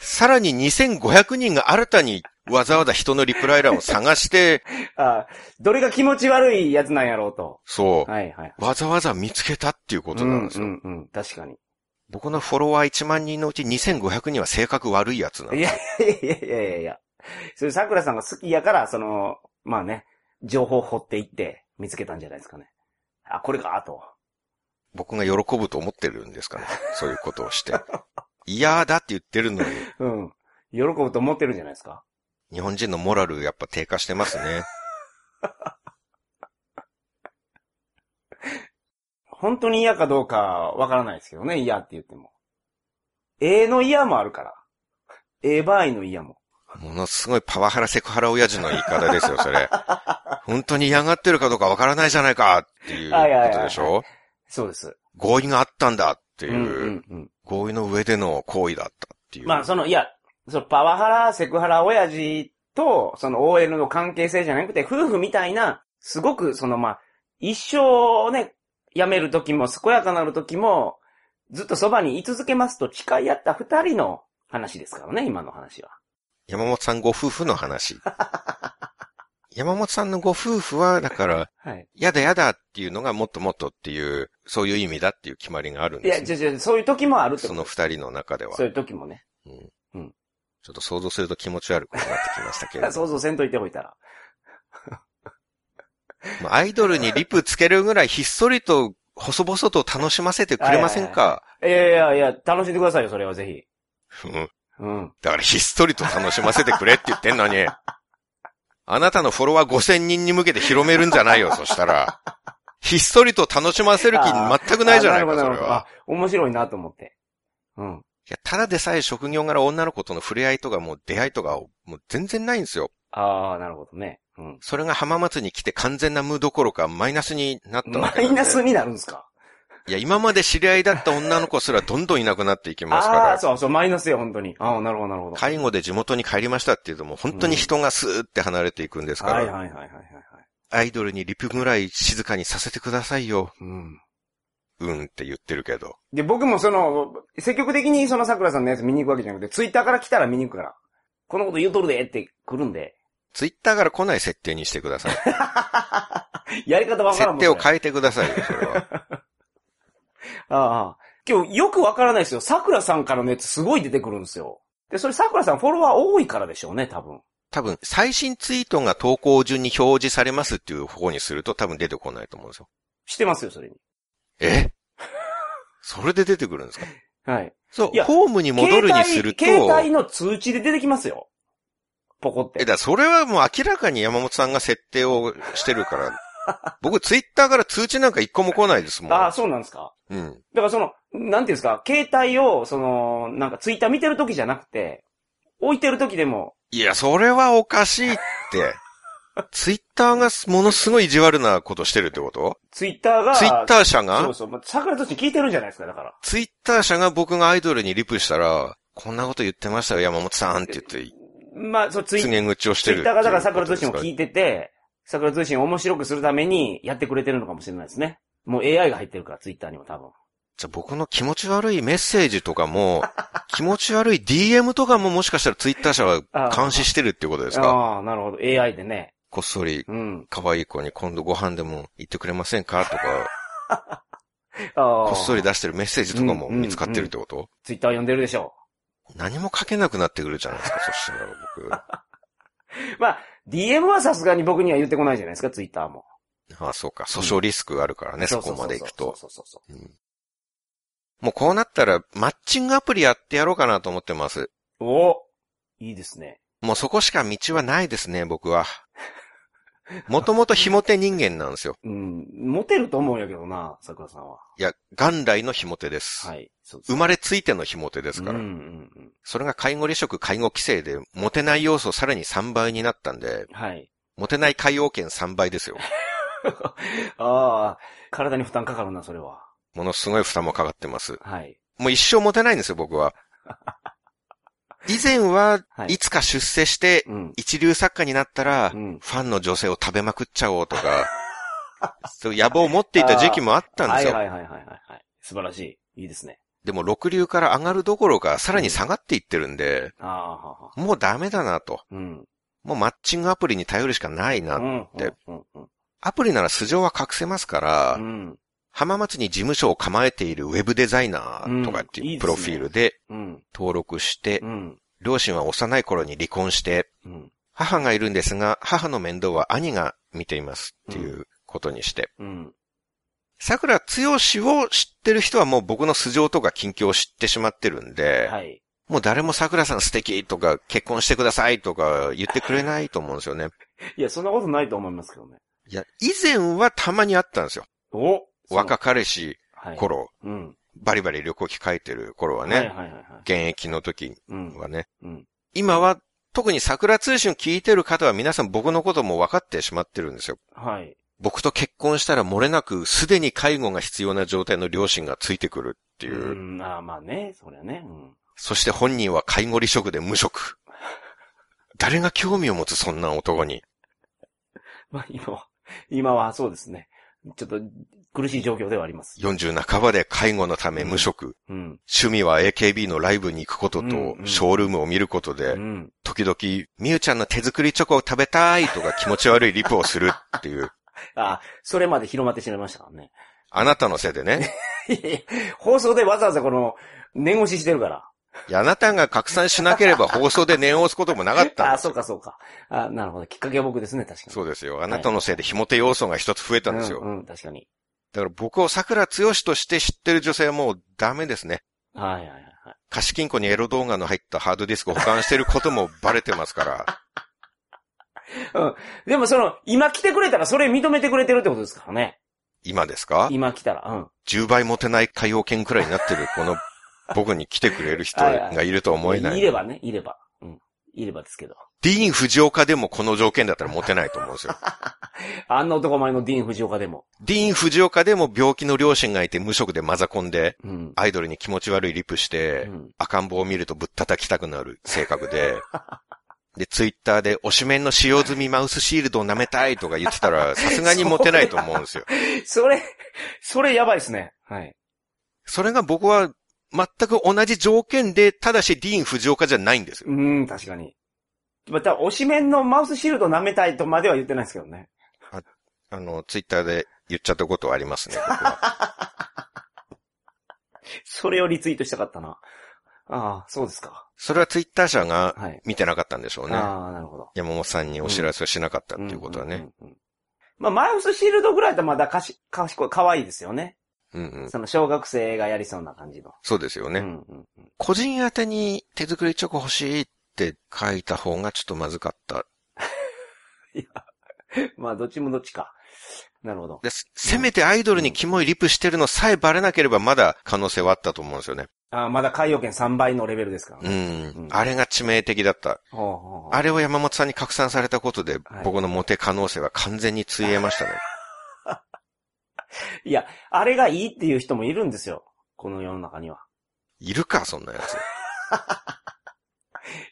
さらに2500人が新たにわざわざ人のリプライ欄を探して、あどれが気持ち悪いやつなんやろうと。そはいはい。う、わざわざ見つけたっていうことなんですよ。うんうんうん、確かに。 (laughs) 僕のフォロワー1万人のうち2500人は性格悪いやつなのいやいやいやいやいや。それ桜さんが好きやから、その、まあね、情報を掘っていって見つけたんじゃないですかね。あ、これか、と。僕が喜ぶと思ってるんですかね。そういうこと (laughs) をして。嫌だって言ってるのに、うん。喜ぶと思ってるんじゃないですか。日本人のモラルやっぱ低下してますね。本当に嫌かどうかわからないですけどね、嫌って言っても。A の嫌もあるから。A 場合の嫌も。ものすごいパワハラセクハラ親父の言い方ですよ、それ。本当に嫌がってるかどうかわからないじゃないかっていうことでしはいはいはいはょそうです。合意があったんだってういんう、うんうん。合意の上での行為だったっていう。まあ、その、いや、そのパワハラ、セクハラ、親父と、その OL の関係性じゃなくて、夫婦みたいな、すごく、そのまあ、一生をね、辞める時も、健やかなる時も、ずっとそばに居続けますと誓い合った二人の話ですからね、今の話は。山本さんご夫婦の (laughs) 話。山本さんのご夫婦は、だから、はい。やだやだっていうのがもっともっとっていう、そういう意味だっていう決まりがあるんいでや、す、じね。ゃじゃそういう時もあるってそことの二人の中では。そういう時もね。ちょっと想像すると気持ち悪くなってきましたけ (laughs) れど。想像せんといておいたら。まあアイドルにリプつけるぐらいひっそりと細々と楽しませてくれませんかいやいやいや、楽しんでくださいよ、それはぜひ。うんうん。だからひっそりと楽しませてくれって言ってんのに。あなたのフォロワー5000人に向けて広めるんじゃないよ、そしたら。ひっそりと楽しませる気全くないじゃないか、あそるほどるれほどあは。、面白いなと思って。うん。いや、ただでさえ職業柄女の子との触れ合いとかもう出会いとかもう全然ないんですよ。ああ、なるほどね。うん。それが浜松に来て完全な無どころかマイナスになったわマけなんイでナスになるんですかいや、今まで知り合いだった女の子すらどんどんいなくなっていきますかああー、ら、そうそう、マイナスよ、本当に。ああ、なるほど、なるほど。介護で地元に帰りましたっていうともう本当に人がスーって離れていくんですかはいはいら、はいはいはいはい。アイドルにリプぐらい静かにさせてくださいよ、うん。うんって言ってるけど。で、僕もその、積極的にその桜さんのやつ見に行くわけじゃなくて、ツイッターから来たら見に行くから。このこと言うとるでって来るんで。ツイッターから来ない設定にしてく (laughs) ださい。やり方わからん設もん定をえ。変えてくださいよ、それは。 (laughs) ああ。今日よくわからないですよ。桜さんからのやつすごい出てくるんですよ。で、それ桜さんフォロワー多いからでしょうね、多分。多分、最新ツイートが投稿順に表示されますっていう方にすると多分出てこないと思うんですよ。してますよ、それに。えそれで出てくるんですかはい。そ、いうやホームに戻るにすると。携帯、携帯の通知で出てきますよ。ポコっえ、て。だ、それはもう明らかに山本さんが設定をしてるから。 (laughs) 僕、ツイッターから通知なんか一個も来ないですもん。ああ、そうなんですか。うん。だからその、なんていうんですか、携帯を、その、なんかツイッター見てる時じゃなくて、置いてる時でも、いや、それはおかしいって。ツイッターがものすごい意地悪なことしてるってことツイッターが、ツイッター社そうがそう、まあ、桜として聞いてるんじゃないですか、だから。ツイッター社が僕がアイドルにリプしたら、こんなこと言ってましたよ、山本さんって言って、まあ、そう、ツイ告ツイげ口をしてるッターがだから桜通信をって聞いうこいてて、桜通信を面白くするためにやってくれてるのかもしれないですね。もう AI が入ってるから、ツイッターにも多分。とですかじゃあ僕の気持ち悪いメッセージと (laughs) かも、気持ち悪い DM とかももしかしたらツイッター社は監視してるっていうことですかああ、なるほど。AI でね。こっそりうん。可愛い子に今度ご飯でも行ってくれませんかとか、ここっそり出してるメッセージとかも見つかってるってこと、ツイッター読んでるでしょ何も書けなくなってくるじゃないですか、そしたら (laughs) 僕。う。まあ、DM はさすがに僕には言ってこないじゃないですか、ツイッターも。ああ、そうか。訴訟リスクがあるからね、うそううこうまで行くと。そうそうそうそう。うんもうこうなったら、マッチングアプリやってやろうかなと思ってます。おいいですね。もうそこしか道はないですね、僕は。もともとひも手人間なんですよ。うん、モテると思うんやけどな、桜さんは。いや、元来のひも手です。はい。そう生まれついてのひも手ですから。うんうんうん。それが介護離職、介護規制で、モテない要素さらに3倍になったんで、はい。モテない海洋権3倍 (laughs) ですよ。ああ、体に負担かかるな、それは。ものすごい負担もかかってます。はい。もう一生モテないんですよ、僕は。以前はは、いいつか出世して、うん。一流作家になったら、うフん。ァンの女性を食べまくっちゃおうとか、そういう野望を持っていた時期もあったんではすいよ。はいはいはいはいはい。素晴らしい。いいですね。でも、六流から上がるどころか、さらに下がっていってるんで、ああ、はは。もうダメだなと。うん。もうマッチングアプリに頼るしかないな。うん。でうん。うん。アプリなら素性は隠せますから、うん。浜松に事務所を構えているウェブデザイナーとかってうんいいいうでプすねロフィールでうん。登録してう、ん。両親は幼い頃に離婚して、うん。母がいるんですが、母の面倒は兄が見ていますっていうことにして、うん。桜つよしを知ってる人はもう僕の素性とか近況を知ってしまってるんで、はい。もう誰も桜さん素敵とか結婚してくださいとか言ってくれないと思うんですよね。いや、そんなことないと思いますけどね。いや、以前はたまにあったんですよ。お若彼氏はい。頃、うん。バリバリ旅行機書いてる頃はね、はいはいはいはい。現役の時うん。はね、うん。今は特に桜通信聞いてる方は皆さん僕のことも分かってしまってるんですよ。はい。僕と結婚したら漏れなくすでに介護が必要な状態の両親がついてくるっていう。うん。ああ、まあね、そりゃね。うん。そして本人は介護離職で無職。誰が興味を持つそんな男に。 (laughs) まあ今は、今はそうですね。ちょっと苦しい状況ではあります。 40半ばで介護のため無職。うん。趣味は AKB のライブに行くことうと、んうんショールームを見ることうで、ん。時々、みゆちゃんの手作りチョコを食べたいとか気持ち悪いリプをするっ (laughs) ていう、ああ、それまで広まってしまいましたからね。 (laughs) あなたのせいでね。いやいや放送でわざわざこの、念押ししてるから。いやあなたが拡散しなければ放送で念を押すこともなかったんあであ、すそうよ。かそうか。あなるほど。きっかけは僕ですね、確かに。そうですよ。あなたのせいで紐手要素が一つ増えたんですよ。うん、うん確かに。だから僕を桜強しとして知ってる女性はもうダメです (laughs) ね。はいはいはいはい。貸金庫にエロ動画の入ったハードディスクを保管してることもバレてます (laughs) から。でもその、今来てくれたらそれ認めてくれてるってことですからね。今ですか今来たら。うん。 ?10 倍持てない海洋券くらいになってる、この僕に来てくれる人がいるとは思えない。いればね、いれば。うん。いればですけど。ディーン・藤岡でもこの条件だったらモテないと思うん (laughs) ですよ。あんな男前のディーン・藤岡でも。ディーン・藤岡でも病気の両親がいて無職でマザコンで、うん。アイドルに気持ち悪いリプしうて、ん。赤ん坊を見るとぶったたきたくなる性格で、で、ツイッターで、推しメンの使用済みマウスシールドを舐めたいとか言ってたら、さす (laughs) がにモテないと思うんですよ。それ、それやばいですね。はい。それが僕は、全く同じ条件で、ただしディーン・藤岡じゃないんですよ。うん、確かに。また、推しメンのマウスシールド舐めたいとまでは言ってないですけどね。あの、ツイッターで言っちゃったことはありま (laughs) すね、僕は。それをリツイートしたかったな。ああ、そうですか。それはツイッター社がはい。見てなかったんでしょうね。ああ、なるほど。山本さんにお知らせをしなかったっていうことはうんね。うんうんうん。まあ、マウスシールドぐらいだとまだかし、かしこい、可愛いですよね。うんうん。その小学生がやりそうな感じの。そうですようね。んうんうん個人宛てに手作りチョコ欲しいって書いた方がちょっとまずかったまあ、どっちもどっちか。なるほど。です。せめてアイドルにキモいリプしてるのさえバレなければまだ可能性はあったと思うんですよね。ああ、まだ海洋圏3倍のレベルですからうね。ん。あれが致命的だった。ほうほうほうあれを山本さんに拡散されたことではい僕のモテ可能性は完全についえましたね。いや、あれがいいっていう人もいるんですよ。この世の中には。いるか、そんなやつ。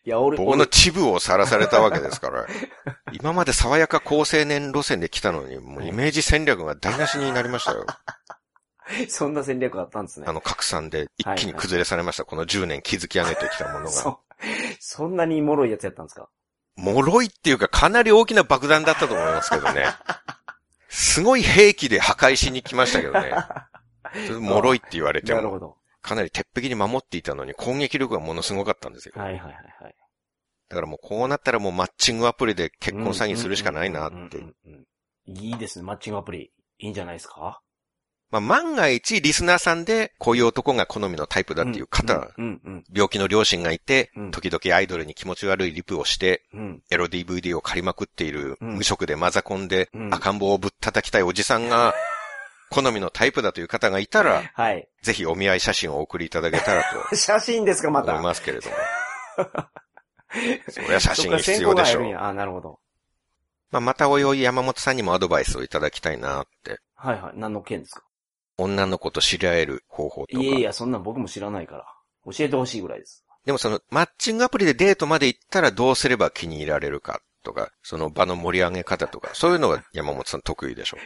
いや、俺、僕の俺チブをさらされたわけですから。今まで爽やか高青年路線で来たのに、もうイメージ戦略が台無しになりましたよ。そんな戦略があったんですねあ。の、拡散で一気に崩れされました。この10年築き上げてきたものが。そ、そんなに脆いやつやったんですか脆いっていうかかなり大きな爆弾だったと思いますけどね。すごい兵器で破壊しに来ましたけどね。 (laughs) それ脆いって言われてなるも、ほど。かなり鉄壁に守っていたのに攻撃力がものすごかったんですよ。はいはいはいはい。だからもうこうなったらもうマッチングアプリで結婚詐欺するしかないなっうんうんてう。んうんうん。いいですね、マッチングアプリ。いいんじゃないですかまあ、万が一リスナーさんでこういう男が好みのタイプだっていう方、うん、うん、病気の両親がいてうん、時々アイドルに気持ち悪いリプをして、うん。エロ DVD を借りまくっている、うん無職でマザコンでうん赤ん坊をぶったたきたいおじさんが、好みのタイプだという方がいたら、はい。ぜひお見合い写真をお送りいただけたら (laughs) と写真ですか、ま思たい。ますけれど (laughs) も。そりゃ写そっ真必要でかし選考があょるんう。やあ、なるほど。まあ、またおいおい山本さんにもアドバイスをいただきたいなって。はいはい。何の件ですか女の子と知り合える方法とか。いやいや、そんなん僕も知らないから。教えてほしいぐらいです。でもそのマッチングアプリでデートまで行ったらどうすれば気に入られるかとか、その場の盛り上げ方とか、そういうのが山本さん得意でしょ。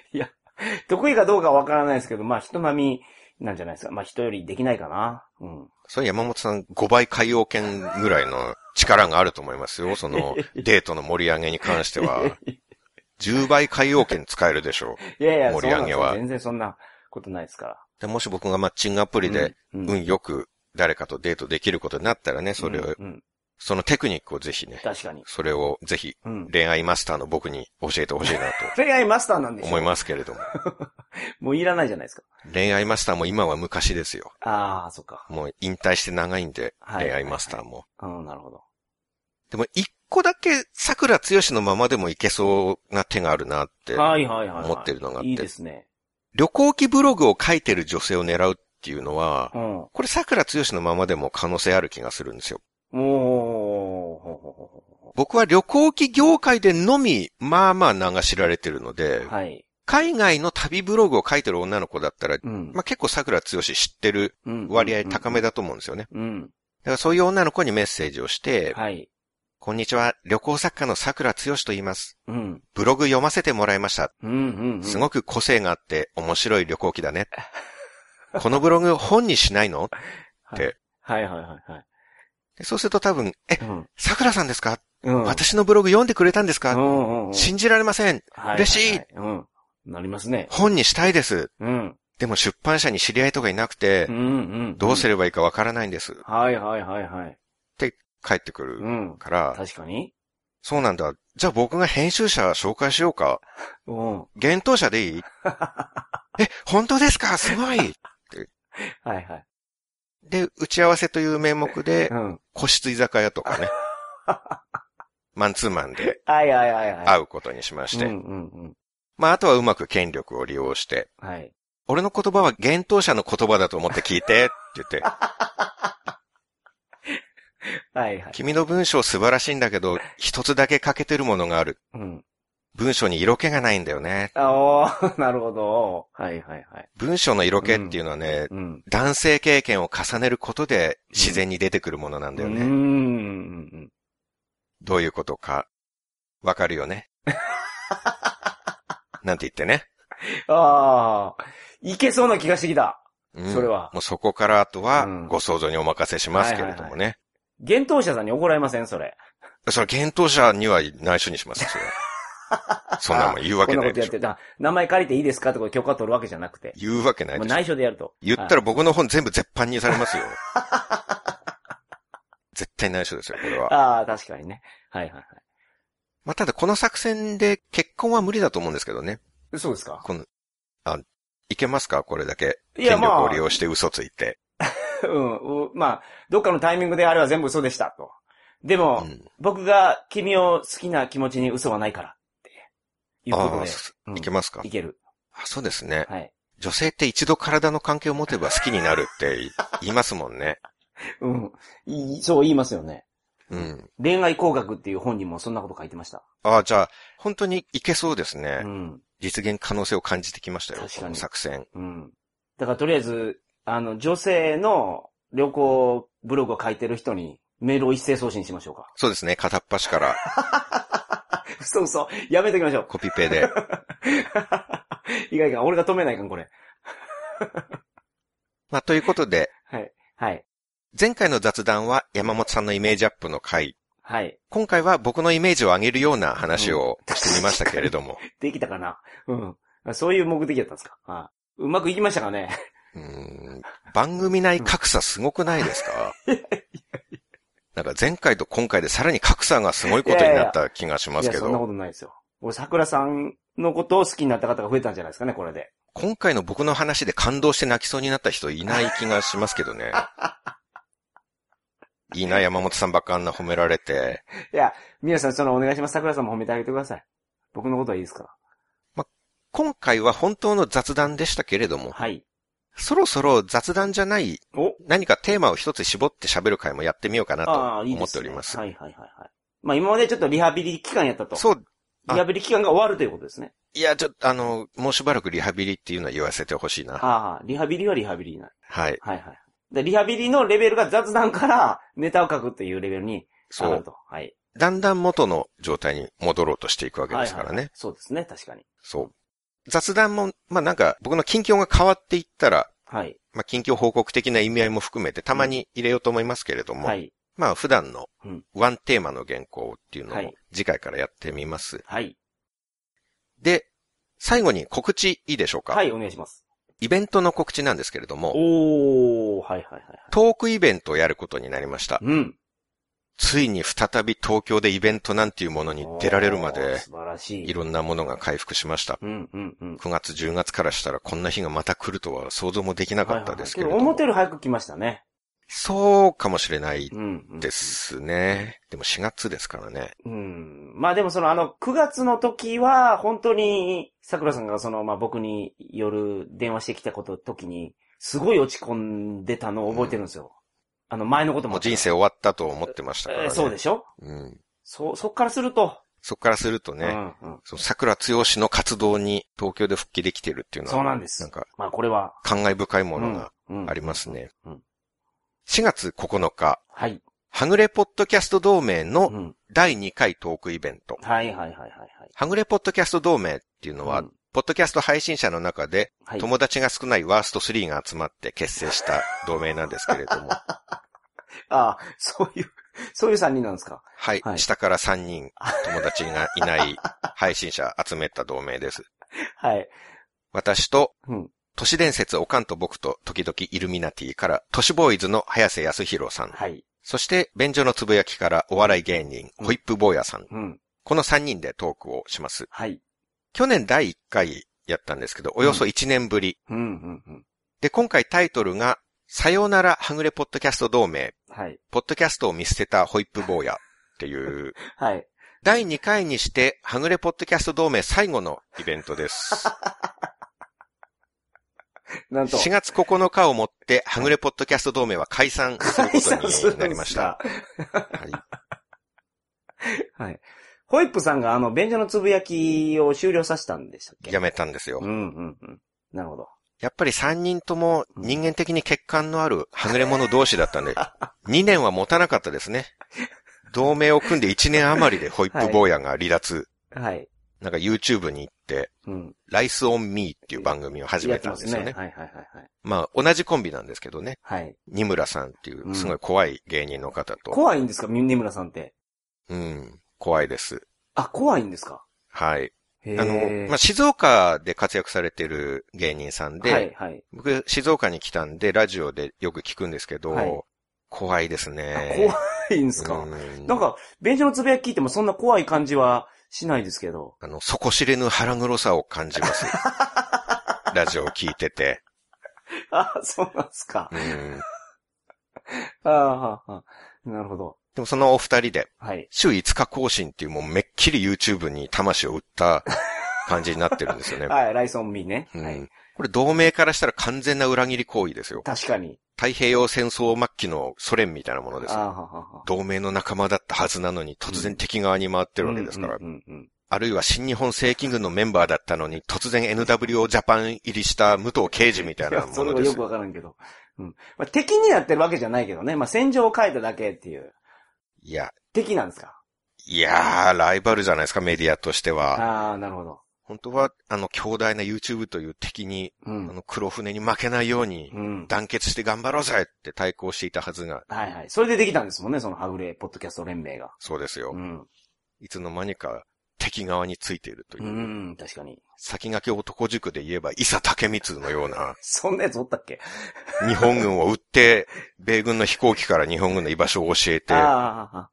得意かどうかはわからないですけど、まあ人並みなんじゃないですか。まあ人よりできないかな。うん。それ山本さん5倍海洋圏ぐらいの力があると思いますよ。(laughs) そのデートの盛り上げに関しては。10倍海洋圏使えるでしょいやいや、盛り上げはそうなんですよ全然そんなことないですから。う。でもし僕がマッチングアプリでうん、うん運よく誰かとデートできることになったらね、それうんを、うんそのテクニックをぜひね、確かに。それをぜひうん。恋愛マスターの僕に教えてほしいな恋愛マスターなんとでしょ思いますけれども。もういらないじゃないですか。恋愛マスターも今は昔ですよ。ああ、そっか。もう引退して長いんで、はい恋愛マスターも。うん、なるほど。でも一個だけ桜強しのままでもいけそうな手があるなって、はいはいはいはい。思ってるのがあっていいですね。旅行記ブログを書いてる女性を狙うっていうのは、うん。これ桜強しのままでも可能性ある気がするんですよ。おー、ほうほうほうほ僕は旅行記業界でのみ、まあまあ名が知られてるので、う。はい。海外の旅ブログを書いてる女の子だったら、うんまあ結構桜強し知ってるうん割合高めだと思うんですよね。うん。だからそういう女の子にメッセージをして、はい。こんにちは、旅行作家の桜強しと言います。うん。ブログ読ませてもらいました。うんうんうん。すごく個性があって面白い旅行記だね。このブログ本にしないのってはいはいはいはい。でそうすると多分、え、うん。桜さんですか、うん。私のブログ読んでくれたんですか、うん信じられません。嬉しい。うんうんうんはいはいはいうん。なりますね。本にしたいです。うん。でも出版社に知り合いとかいなくて、うんうん。どうすればいいかわからないんです。はいはいはいはい。帰ってくうるん。から、確かに。そうなんだ。じゃあ僕が編集者紹介しようか。うん。は幻冬者で (laughs) いいえ、本当ですかすごいいはい。で、打ち合わせという名目でう、ん。個室居酒屋とか (laughs) ね。マンツーマンではいはいはいはい。会ううことにしまして。うんうんうん。まあ、あとはうまく権力を利用して、はい。俺の言葉は幻冬者の言葉だと思って聞いて、って言 (laughs) って、はいはい。君の文章素晴らしいんだけど、一つだけ欠けてるものがある。うん。文章に色気がないんだよね。あおー、 (laughs) なるほど。はいはいはい。文章の色気っていうのはね、うん。男性経験を重ねることで自然に出てくるものなんだよね。うんうんうん。どういうことか、わかる (laughs) よね。なんて言ってね。ああ、いけそうな気がしてきた。うんそれはもうそこからあとはうん、ご想像にお任せしますけれどもはいね。はい幻冬者さんに怒られませんそれ。それ、検討者には内緒にしますよ。それは (laughs) そんなもん言うわこけんななこいとやっでしょて。た。あ名前借りていいですかとか許可取るわけじゃなくて。言うわけないもうでしょ。内緒でやると。言ったら僕の本全部絶版にさ (laughs) れますよ。絶対内緒ですよ、これは。ああ、確かにね。はいはいはまあ、ただこの作戦で結婚は無理だと思うんですけどね。い。そうですかこの、あ、いけますかこれだけ。い権や、ま力をあ利、用して嘘ついて。うん、うまあ、どっかのタイミングであれは全部嘘でした、と。でも、うん僕が君を好きな気持ちに嘘はないから、っていうこあとあで、そうんいけますかいける。あそうですね。はい。女性って一度体の関係を持てば好きになるって言いますも (laughs) んね。うん。いそう言いますよね。うん。恋愛工学っていう本にもそんなこと書いてました。ああ、じゃあ、本当にいけそうですね。うん。実現可能性を感じてきましたよ、確かにこの作戦。うん。だからとりあえず、あの、女性の旅行ブログを書いてる人にメールを一斉送信しましょう (laughs) か。そうですね、片っ端から嘘嘘。やめときましょう。 (laughs) コピペで。 (laughs) いかんいかん。俺が止めないかん、これ。まあ、ということで、はい。はい。前回の雑談は山本さんのイメージアップの回。はい。今回は僕のイメージを上げるような話をしてみましたけれ (laughs) ども。できたかなうん。そういう目的だったんですかあうまくいきましたかねうーん番組内格差すごくないで (laughs) すかなんか前回と今回でさらに格差がすごいことになった気がしいますや、けそんなこど、とないですよ。俺、桜さんのことを好きになった方が増えたんじゃないですかね、これで。今回の僕の話で感動して泣きそうになった人いない気がしますけ (laughs) どね。いいな、山本さんばっかあんな褒められて。皆さん、そのお願いします。桜さんも褒めてあげてください。僕のことはいいですから。今回は本当の雑談でしたけれども、はい。そろそろ雑談じゃないお何かテーマを一つ絞って喋る回もやってみようかなとああ、いい思でってす、おね。ります。はいはいはいはい。まあ今までちょっとリハビリ期間やったと。そう、あリハビリ期間が終わるということですね。いや、ちょっとあの、もうしばらくリハビリっていうのは言わせてほしいな。ああ、リハビリはリハビリな。はい。はいはい。で、リハビリのレベルが雑談からネタを書くっていうレベルに上そがるう。と。はい。だんだん元の状態に戻ろうとしていくわけですからはいはねい。。そうですね、確かに。そう。雑談も、まあなんか、僕の近況が変わっていったら、はい。まあ近況報告的な意味合いも含めて、たまに入れようと思いますけれども、はい。まあ普段のうんワンテーマの原稿っていうのはをい次回からやってみます。はい。で、最後に告知いいでしょうか、はい、お願いします。イベントの告知なんですけれども、おー、はいはいはいはい。トークイベントをやることになりました。うん。ついに再び東京でイベントなんていうものに出られるまおーで、素晴らしい。いろんなものが回復しました。うんうんうん。 9月、10月からしたらこんな日がまた来るとは想像もできなかったですけれどはいはいはいも思っ。たより早く来ましたね。そうかもしれないうん、うん。で。すね。でも4月ですからね。うん。まあでもそのあの、9月の時は、本当に、桜さんがその、まあ僕に夜電話してきたこと、時に、すごい落ち込んでたのを覚えてるんですよ。あの、前のこともも。う人生終わったと思ってましたからね。えーそうでしょうん。そ、そっからすると。そっからするとね、うんうん。その桜つよしの活動に東京で復帰できてるっていうのは、そうなんですなんかまあこれは。感慨深いものがうんうんありますね。うんうん4月9日、はい。はぐれポッドキャスト同盟うのん。第2回トークイベント。はいはいはいはいはい。はぐれポッドキャスト同盟っていうのは、うんポッドキャスト配信者の中で、はい。友達が少ないワースト3が集まって結成した同盟なんですけれども、ああ、そう (laughs) いう、そういう3人なんですか。はい、はい下から3人友達がい (laughs) ない配信者集めた同盟です。はい。私とうん。都市伝説おかんと僕と時々イルミナティから、都市ボーイズの早瀬康弘さん、はい。そして、便所のつぶやきからお笑い芸人、うんホイップ坊やさん、うん。この3人でトークをします。はい。去年第1回やったんですけど、およそ1年ぶり。うんうんうん。で、今回タイトルが、さよならはぐれポッドキャスト同盟、はい。ポッドキャストを見捨てたホイップ坊やっていう、はい。第2回にして、はぐれポッドキャスト同盟最後のイベン (laughs) トです。なんと。 4月9日をもって、はぐれポッドキャスト同盟は解散することになりました。。はいはい。ホイップさんがあの、便所のつぶやきを終了させたんでしたっけやめたんですよう。んうんうん。なるほど。やっぱり3人とも人間的に欠陥のあるはぐれ者同士だったんで、2年は持たなかったですね。同盟を組んで1年余りでホイップ坊やが離脱。はい。なんか YouTube に行って、うん。ライスオンミーっていう番組を始めたんですよね。やってますはいはいまあ、同じコンビなんですけどね。はいはい。はい。二村さんっていうすごい怖い芸人の方と。怖いんですかみ三村さんって。うん、怖いです。あ、怖いんですかはい。へあーの、まあ、静岡で活躍されてる芸人さんで、はいはい。僕、静岡に来たんで、ラジオでよく聞くんですけど、はい怖いですあね。怖いんですうかんなんか、便所のつぶやき聞いてもそんな怖い感じはしないですけど。 (laughs) あの、底知れぬ腹黒さを感じます。ラジオを聞いてて。あ、そうなんですかう。んあああ、あなるほど。でもそのお二人で、はい。週5日更新っていうもうめっきり YouTube に魂を売った感じになってるんですよ (laughs) ね。はい、ライソンミーね。うんはい。これ同盟からしたら完全な裏切り行為ですよ。確かに。太平洋戦争末期のソ連みたいなものですあよ。あ、ははは。同盟の仲間だったはずなのに突然敵側に回ってるわけですからう。んうんうんうんあるいは新日本正規軍のメンバーだったのに、突然 NWO ジャパン入りした武藤刑事みたいいやなものです。それはよくわからんけど。うん。まあ、敵になってるわけじゃないけどね。まあ、戦場を変えただけっていう。いや、敵なんですかいやー、ライバルじゃないですか、メディアとしては。ああー、なるほど。本当は、あの、強大な YouTube という敵に、うあん。の、黒船に負けないように、うん。団結して頑張ろうぜって対抗していたはずが、はいはい。それでできたんですもんね、そのはぐれポッドキャスト連盟が。そうですよう。ん。いつの間にか、敵側についているというう、ん、確かに。先駆け男塾で言えば、伊佐竹光のような、そんなやつおったっけ日本軍を撃って、米軍の飛行機から日本軍の居場所を教えて、ああ、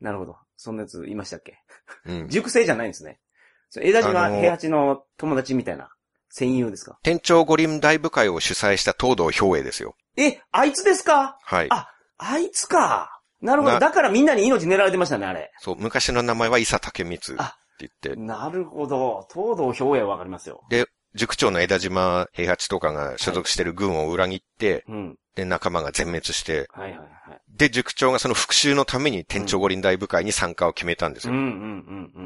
なるほど。そんなやついましたっけうん熟成じゃないんですね。それ枝島あのー平八の友達みたいな。戦友ですか店長五輪大部会を主催した東堂兵衛ですよ。え、あいつですかはい。あ、あいつか。なるほど。なだからみんなに命狙われてましたね、あれ。そう、昔の名前は伊佐竹光ってあ言って、なるほど。東堂兵衛わかりますよ。塾長の枝島平八とかが所属してる軍を裏切って、うん。で、仲間が全滅して、はいはいはい。で、塾長がその復讐のために店長五輪大部会に参加を決めたんですうよ。んうんうんう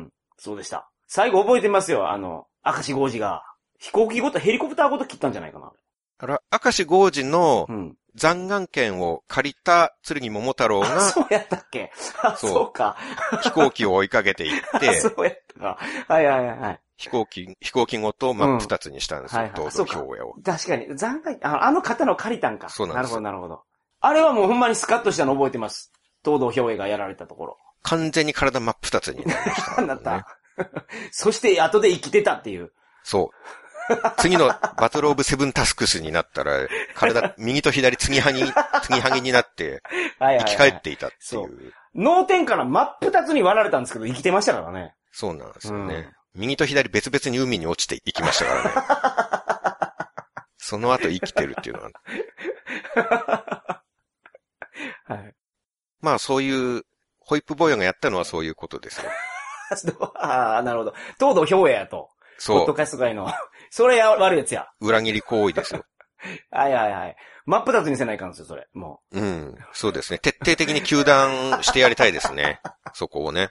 ん。そうでした。最後覚えてますよ、あの、明石豪治が。飛行機ごと、ヘリコプターごと切ったんじゃないかな。あら、明石豪治のうん。残眼権を借りた剣桃太郎あ、がそうやったっけあ、そうそうか。飛行機を追いかけていっ (laughs) あ、てそ、うやったか。はいはいはいはい。飛行機、飛行機ごと真うんっ二つにしたんですはいよは。い東そ堂うか兵衛を。確かに、残骸、ああの方の借りたんか。そうなんですなるほど、なるほど。あれはもうほんまにスカッとしたの覚えてます。東堂兵衛がやられたところ。完全に体真っ二つになりました、なった。 (laughs) そして、後で生きてたっていう。そう。 (laughs) 次のバトルオブセブンタスクスになったら、体、右と左継ぎはぎ、継ぎはぎになって、はいはい、はい。生き返っていたってい。そう脳天から真っ二つに割られたんですけど、生きてましたからね。そうなんですよね。右と左別々に海に落ちていきましたからね。その後生きてるっていうのは。 (laughs) はい。まあそういう、ホイップボーイがやったのはそういうことですよ。ああ、なるほど。東堂兵衛やと。ポッそドキャスト界の。 (laughs) それや、悪いやつや。う。裏切り行為ですよ。はいはいはい。真っ二つにせないかんですよ、それ。もうん。そうですね。徹底的に球団してやりたいですね。 (laughs) そこをね。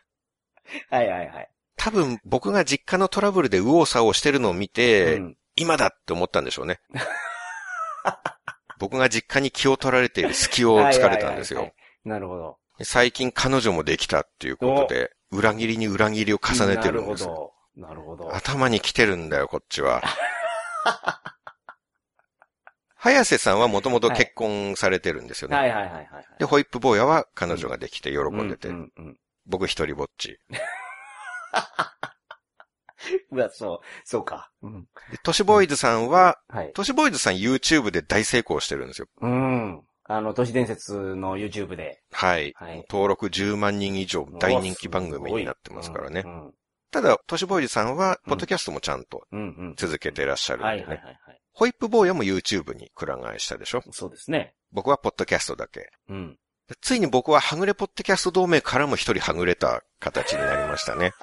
う。はいはいはい。多分僕が実家のトラブルで右往左往してるのを見て、うん、今だって思ったんでしょう (laughs) ね。僕が実家に気を取られている隙を突かれたんですはいは。いはいよはいなるほど。最近彼女もできたっていうことで、裏切りに裏切りを重ねてるんですなる。ほど。なるほど。頭に来てるんだよ、こっちは。早瀬さんはもともと結婚されてるんですよね。はいはいはいはいはい。で、ホイップ坊やは彼女ができて喜んでて、うんうんうん僕一人ぼっち。うわ、そう、そうか。うん。で、都市ボーイズさんは、はい。都市ボーイズさん YouTube で大成功してるんですよ。うん。あの、都市伝説の YouTube で。はい。はい。登録10万人以上大人気番組になってますからねう。ん。ただ、都市ボーイズさんは、ポッドキャストもちゃんとうんうん。続けてらっしゃるんではね。いはいはいはい。ホイップ坊やも YouTube にくら替えしたでしょそうですね。僕はポッドキャストだけ。うん。ついに僕ははぐれポッドキャスト同盟からも一人はぐれた形になりまし (laughs) たね。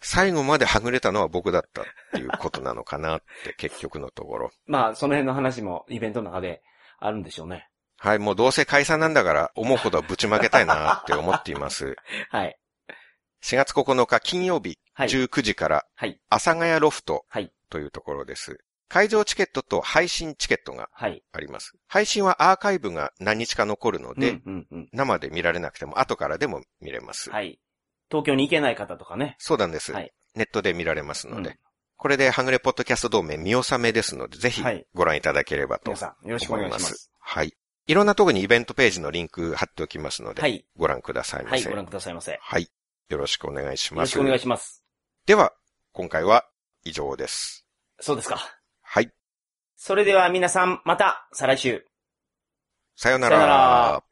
最後まではぐれたのは僕だったっていうことなのかなって結局のところ。まあ、その辺の話もイベントの中であるんでしょうね。はい、もうどうせ解散なんだから思うほどぶちまけたいなって思って (laughs) います。はい。 4月9日金曜日はい。 19時から、はい阿佐ヶ谷ロフトはいというところです。会場チケットと配信チケットがはい。あります。配信はアーカイブが何日か残るので、うんうんうん。生で見られなくても後からでも見れます。はい。東京に行けない方とかね。そうなんです、はいネットで見られますので。うんこれで、ハングレポッドキャスト同盟見納めですので、ぜひはいご覧いただければと皆思います。さん、よろしくお願いします。はい。いろんなとこにイベントページのリンク貼っておきますので、はい。ご覧くださいはまい、せ、ごはい。覧くださいませ。よよろしくお願いしまろす。しくお願いします。では、今回は以上です。そうですか。はい。それでは皆さん、また、再来週。さよさよううなら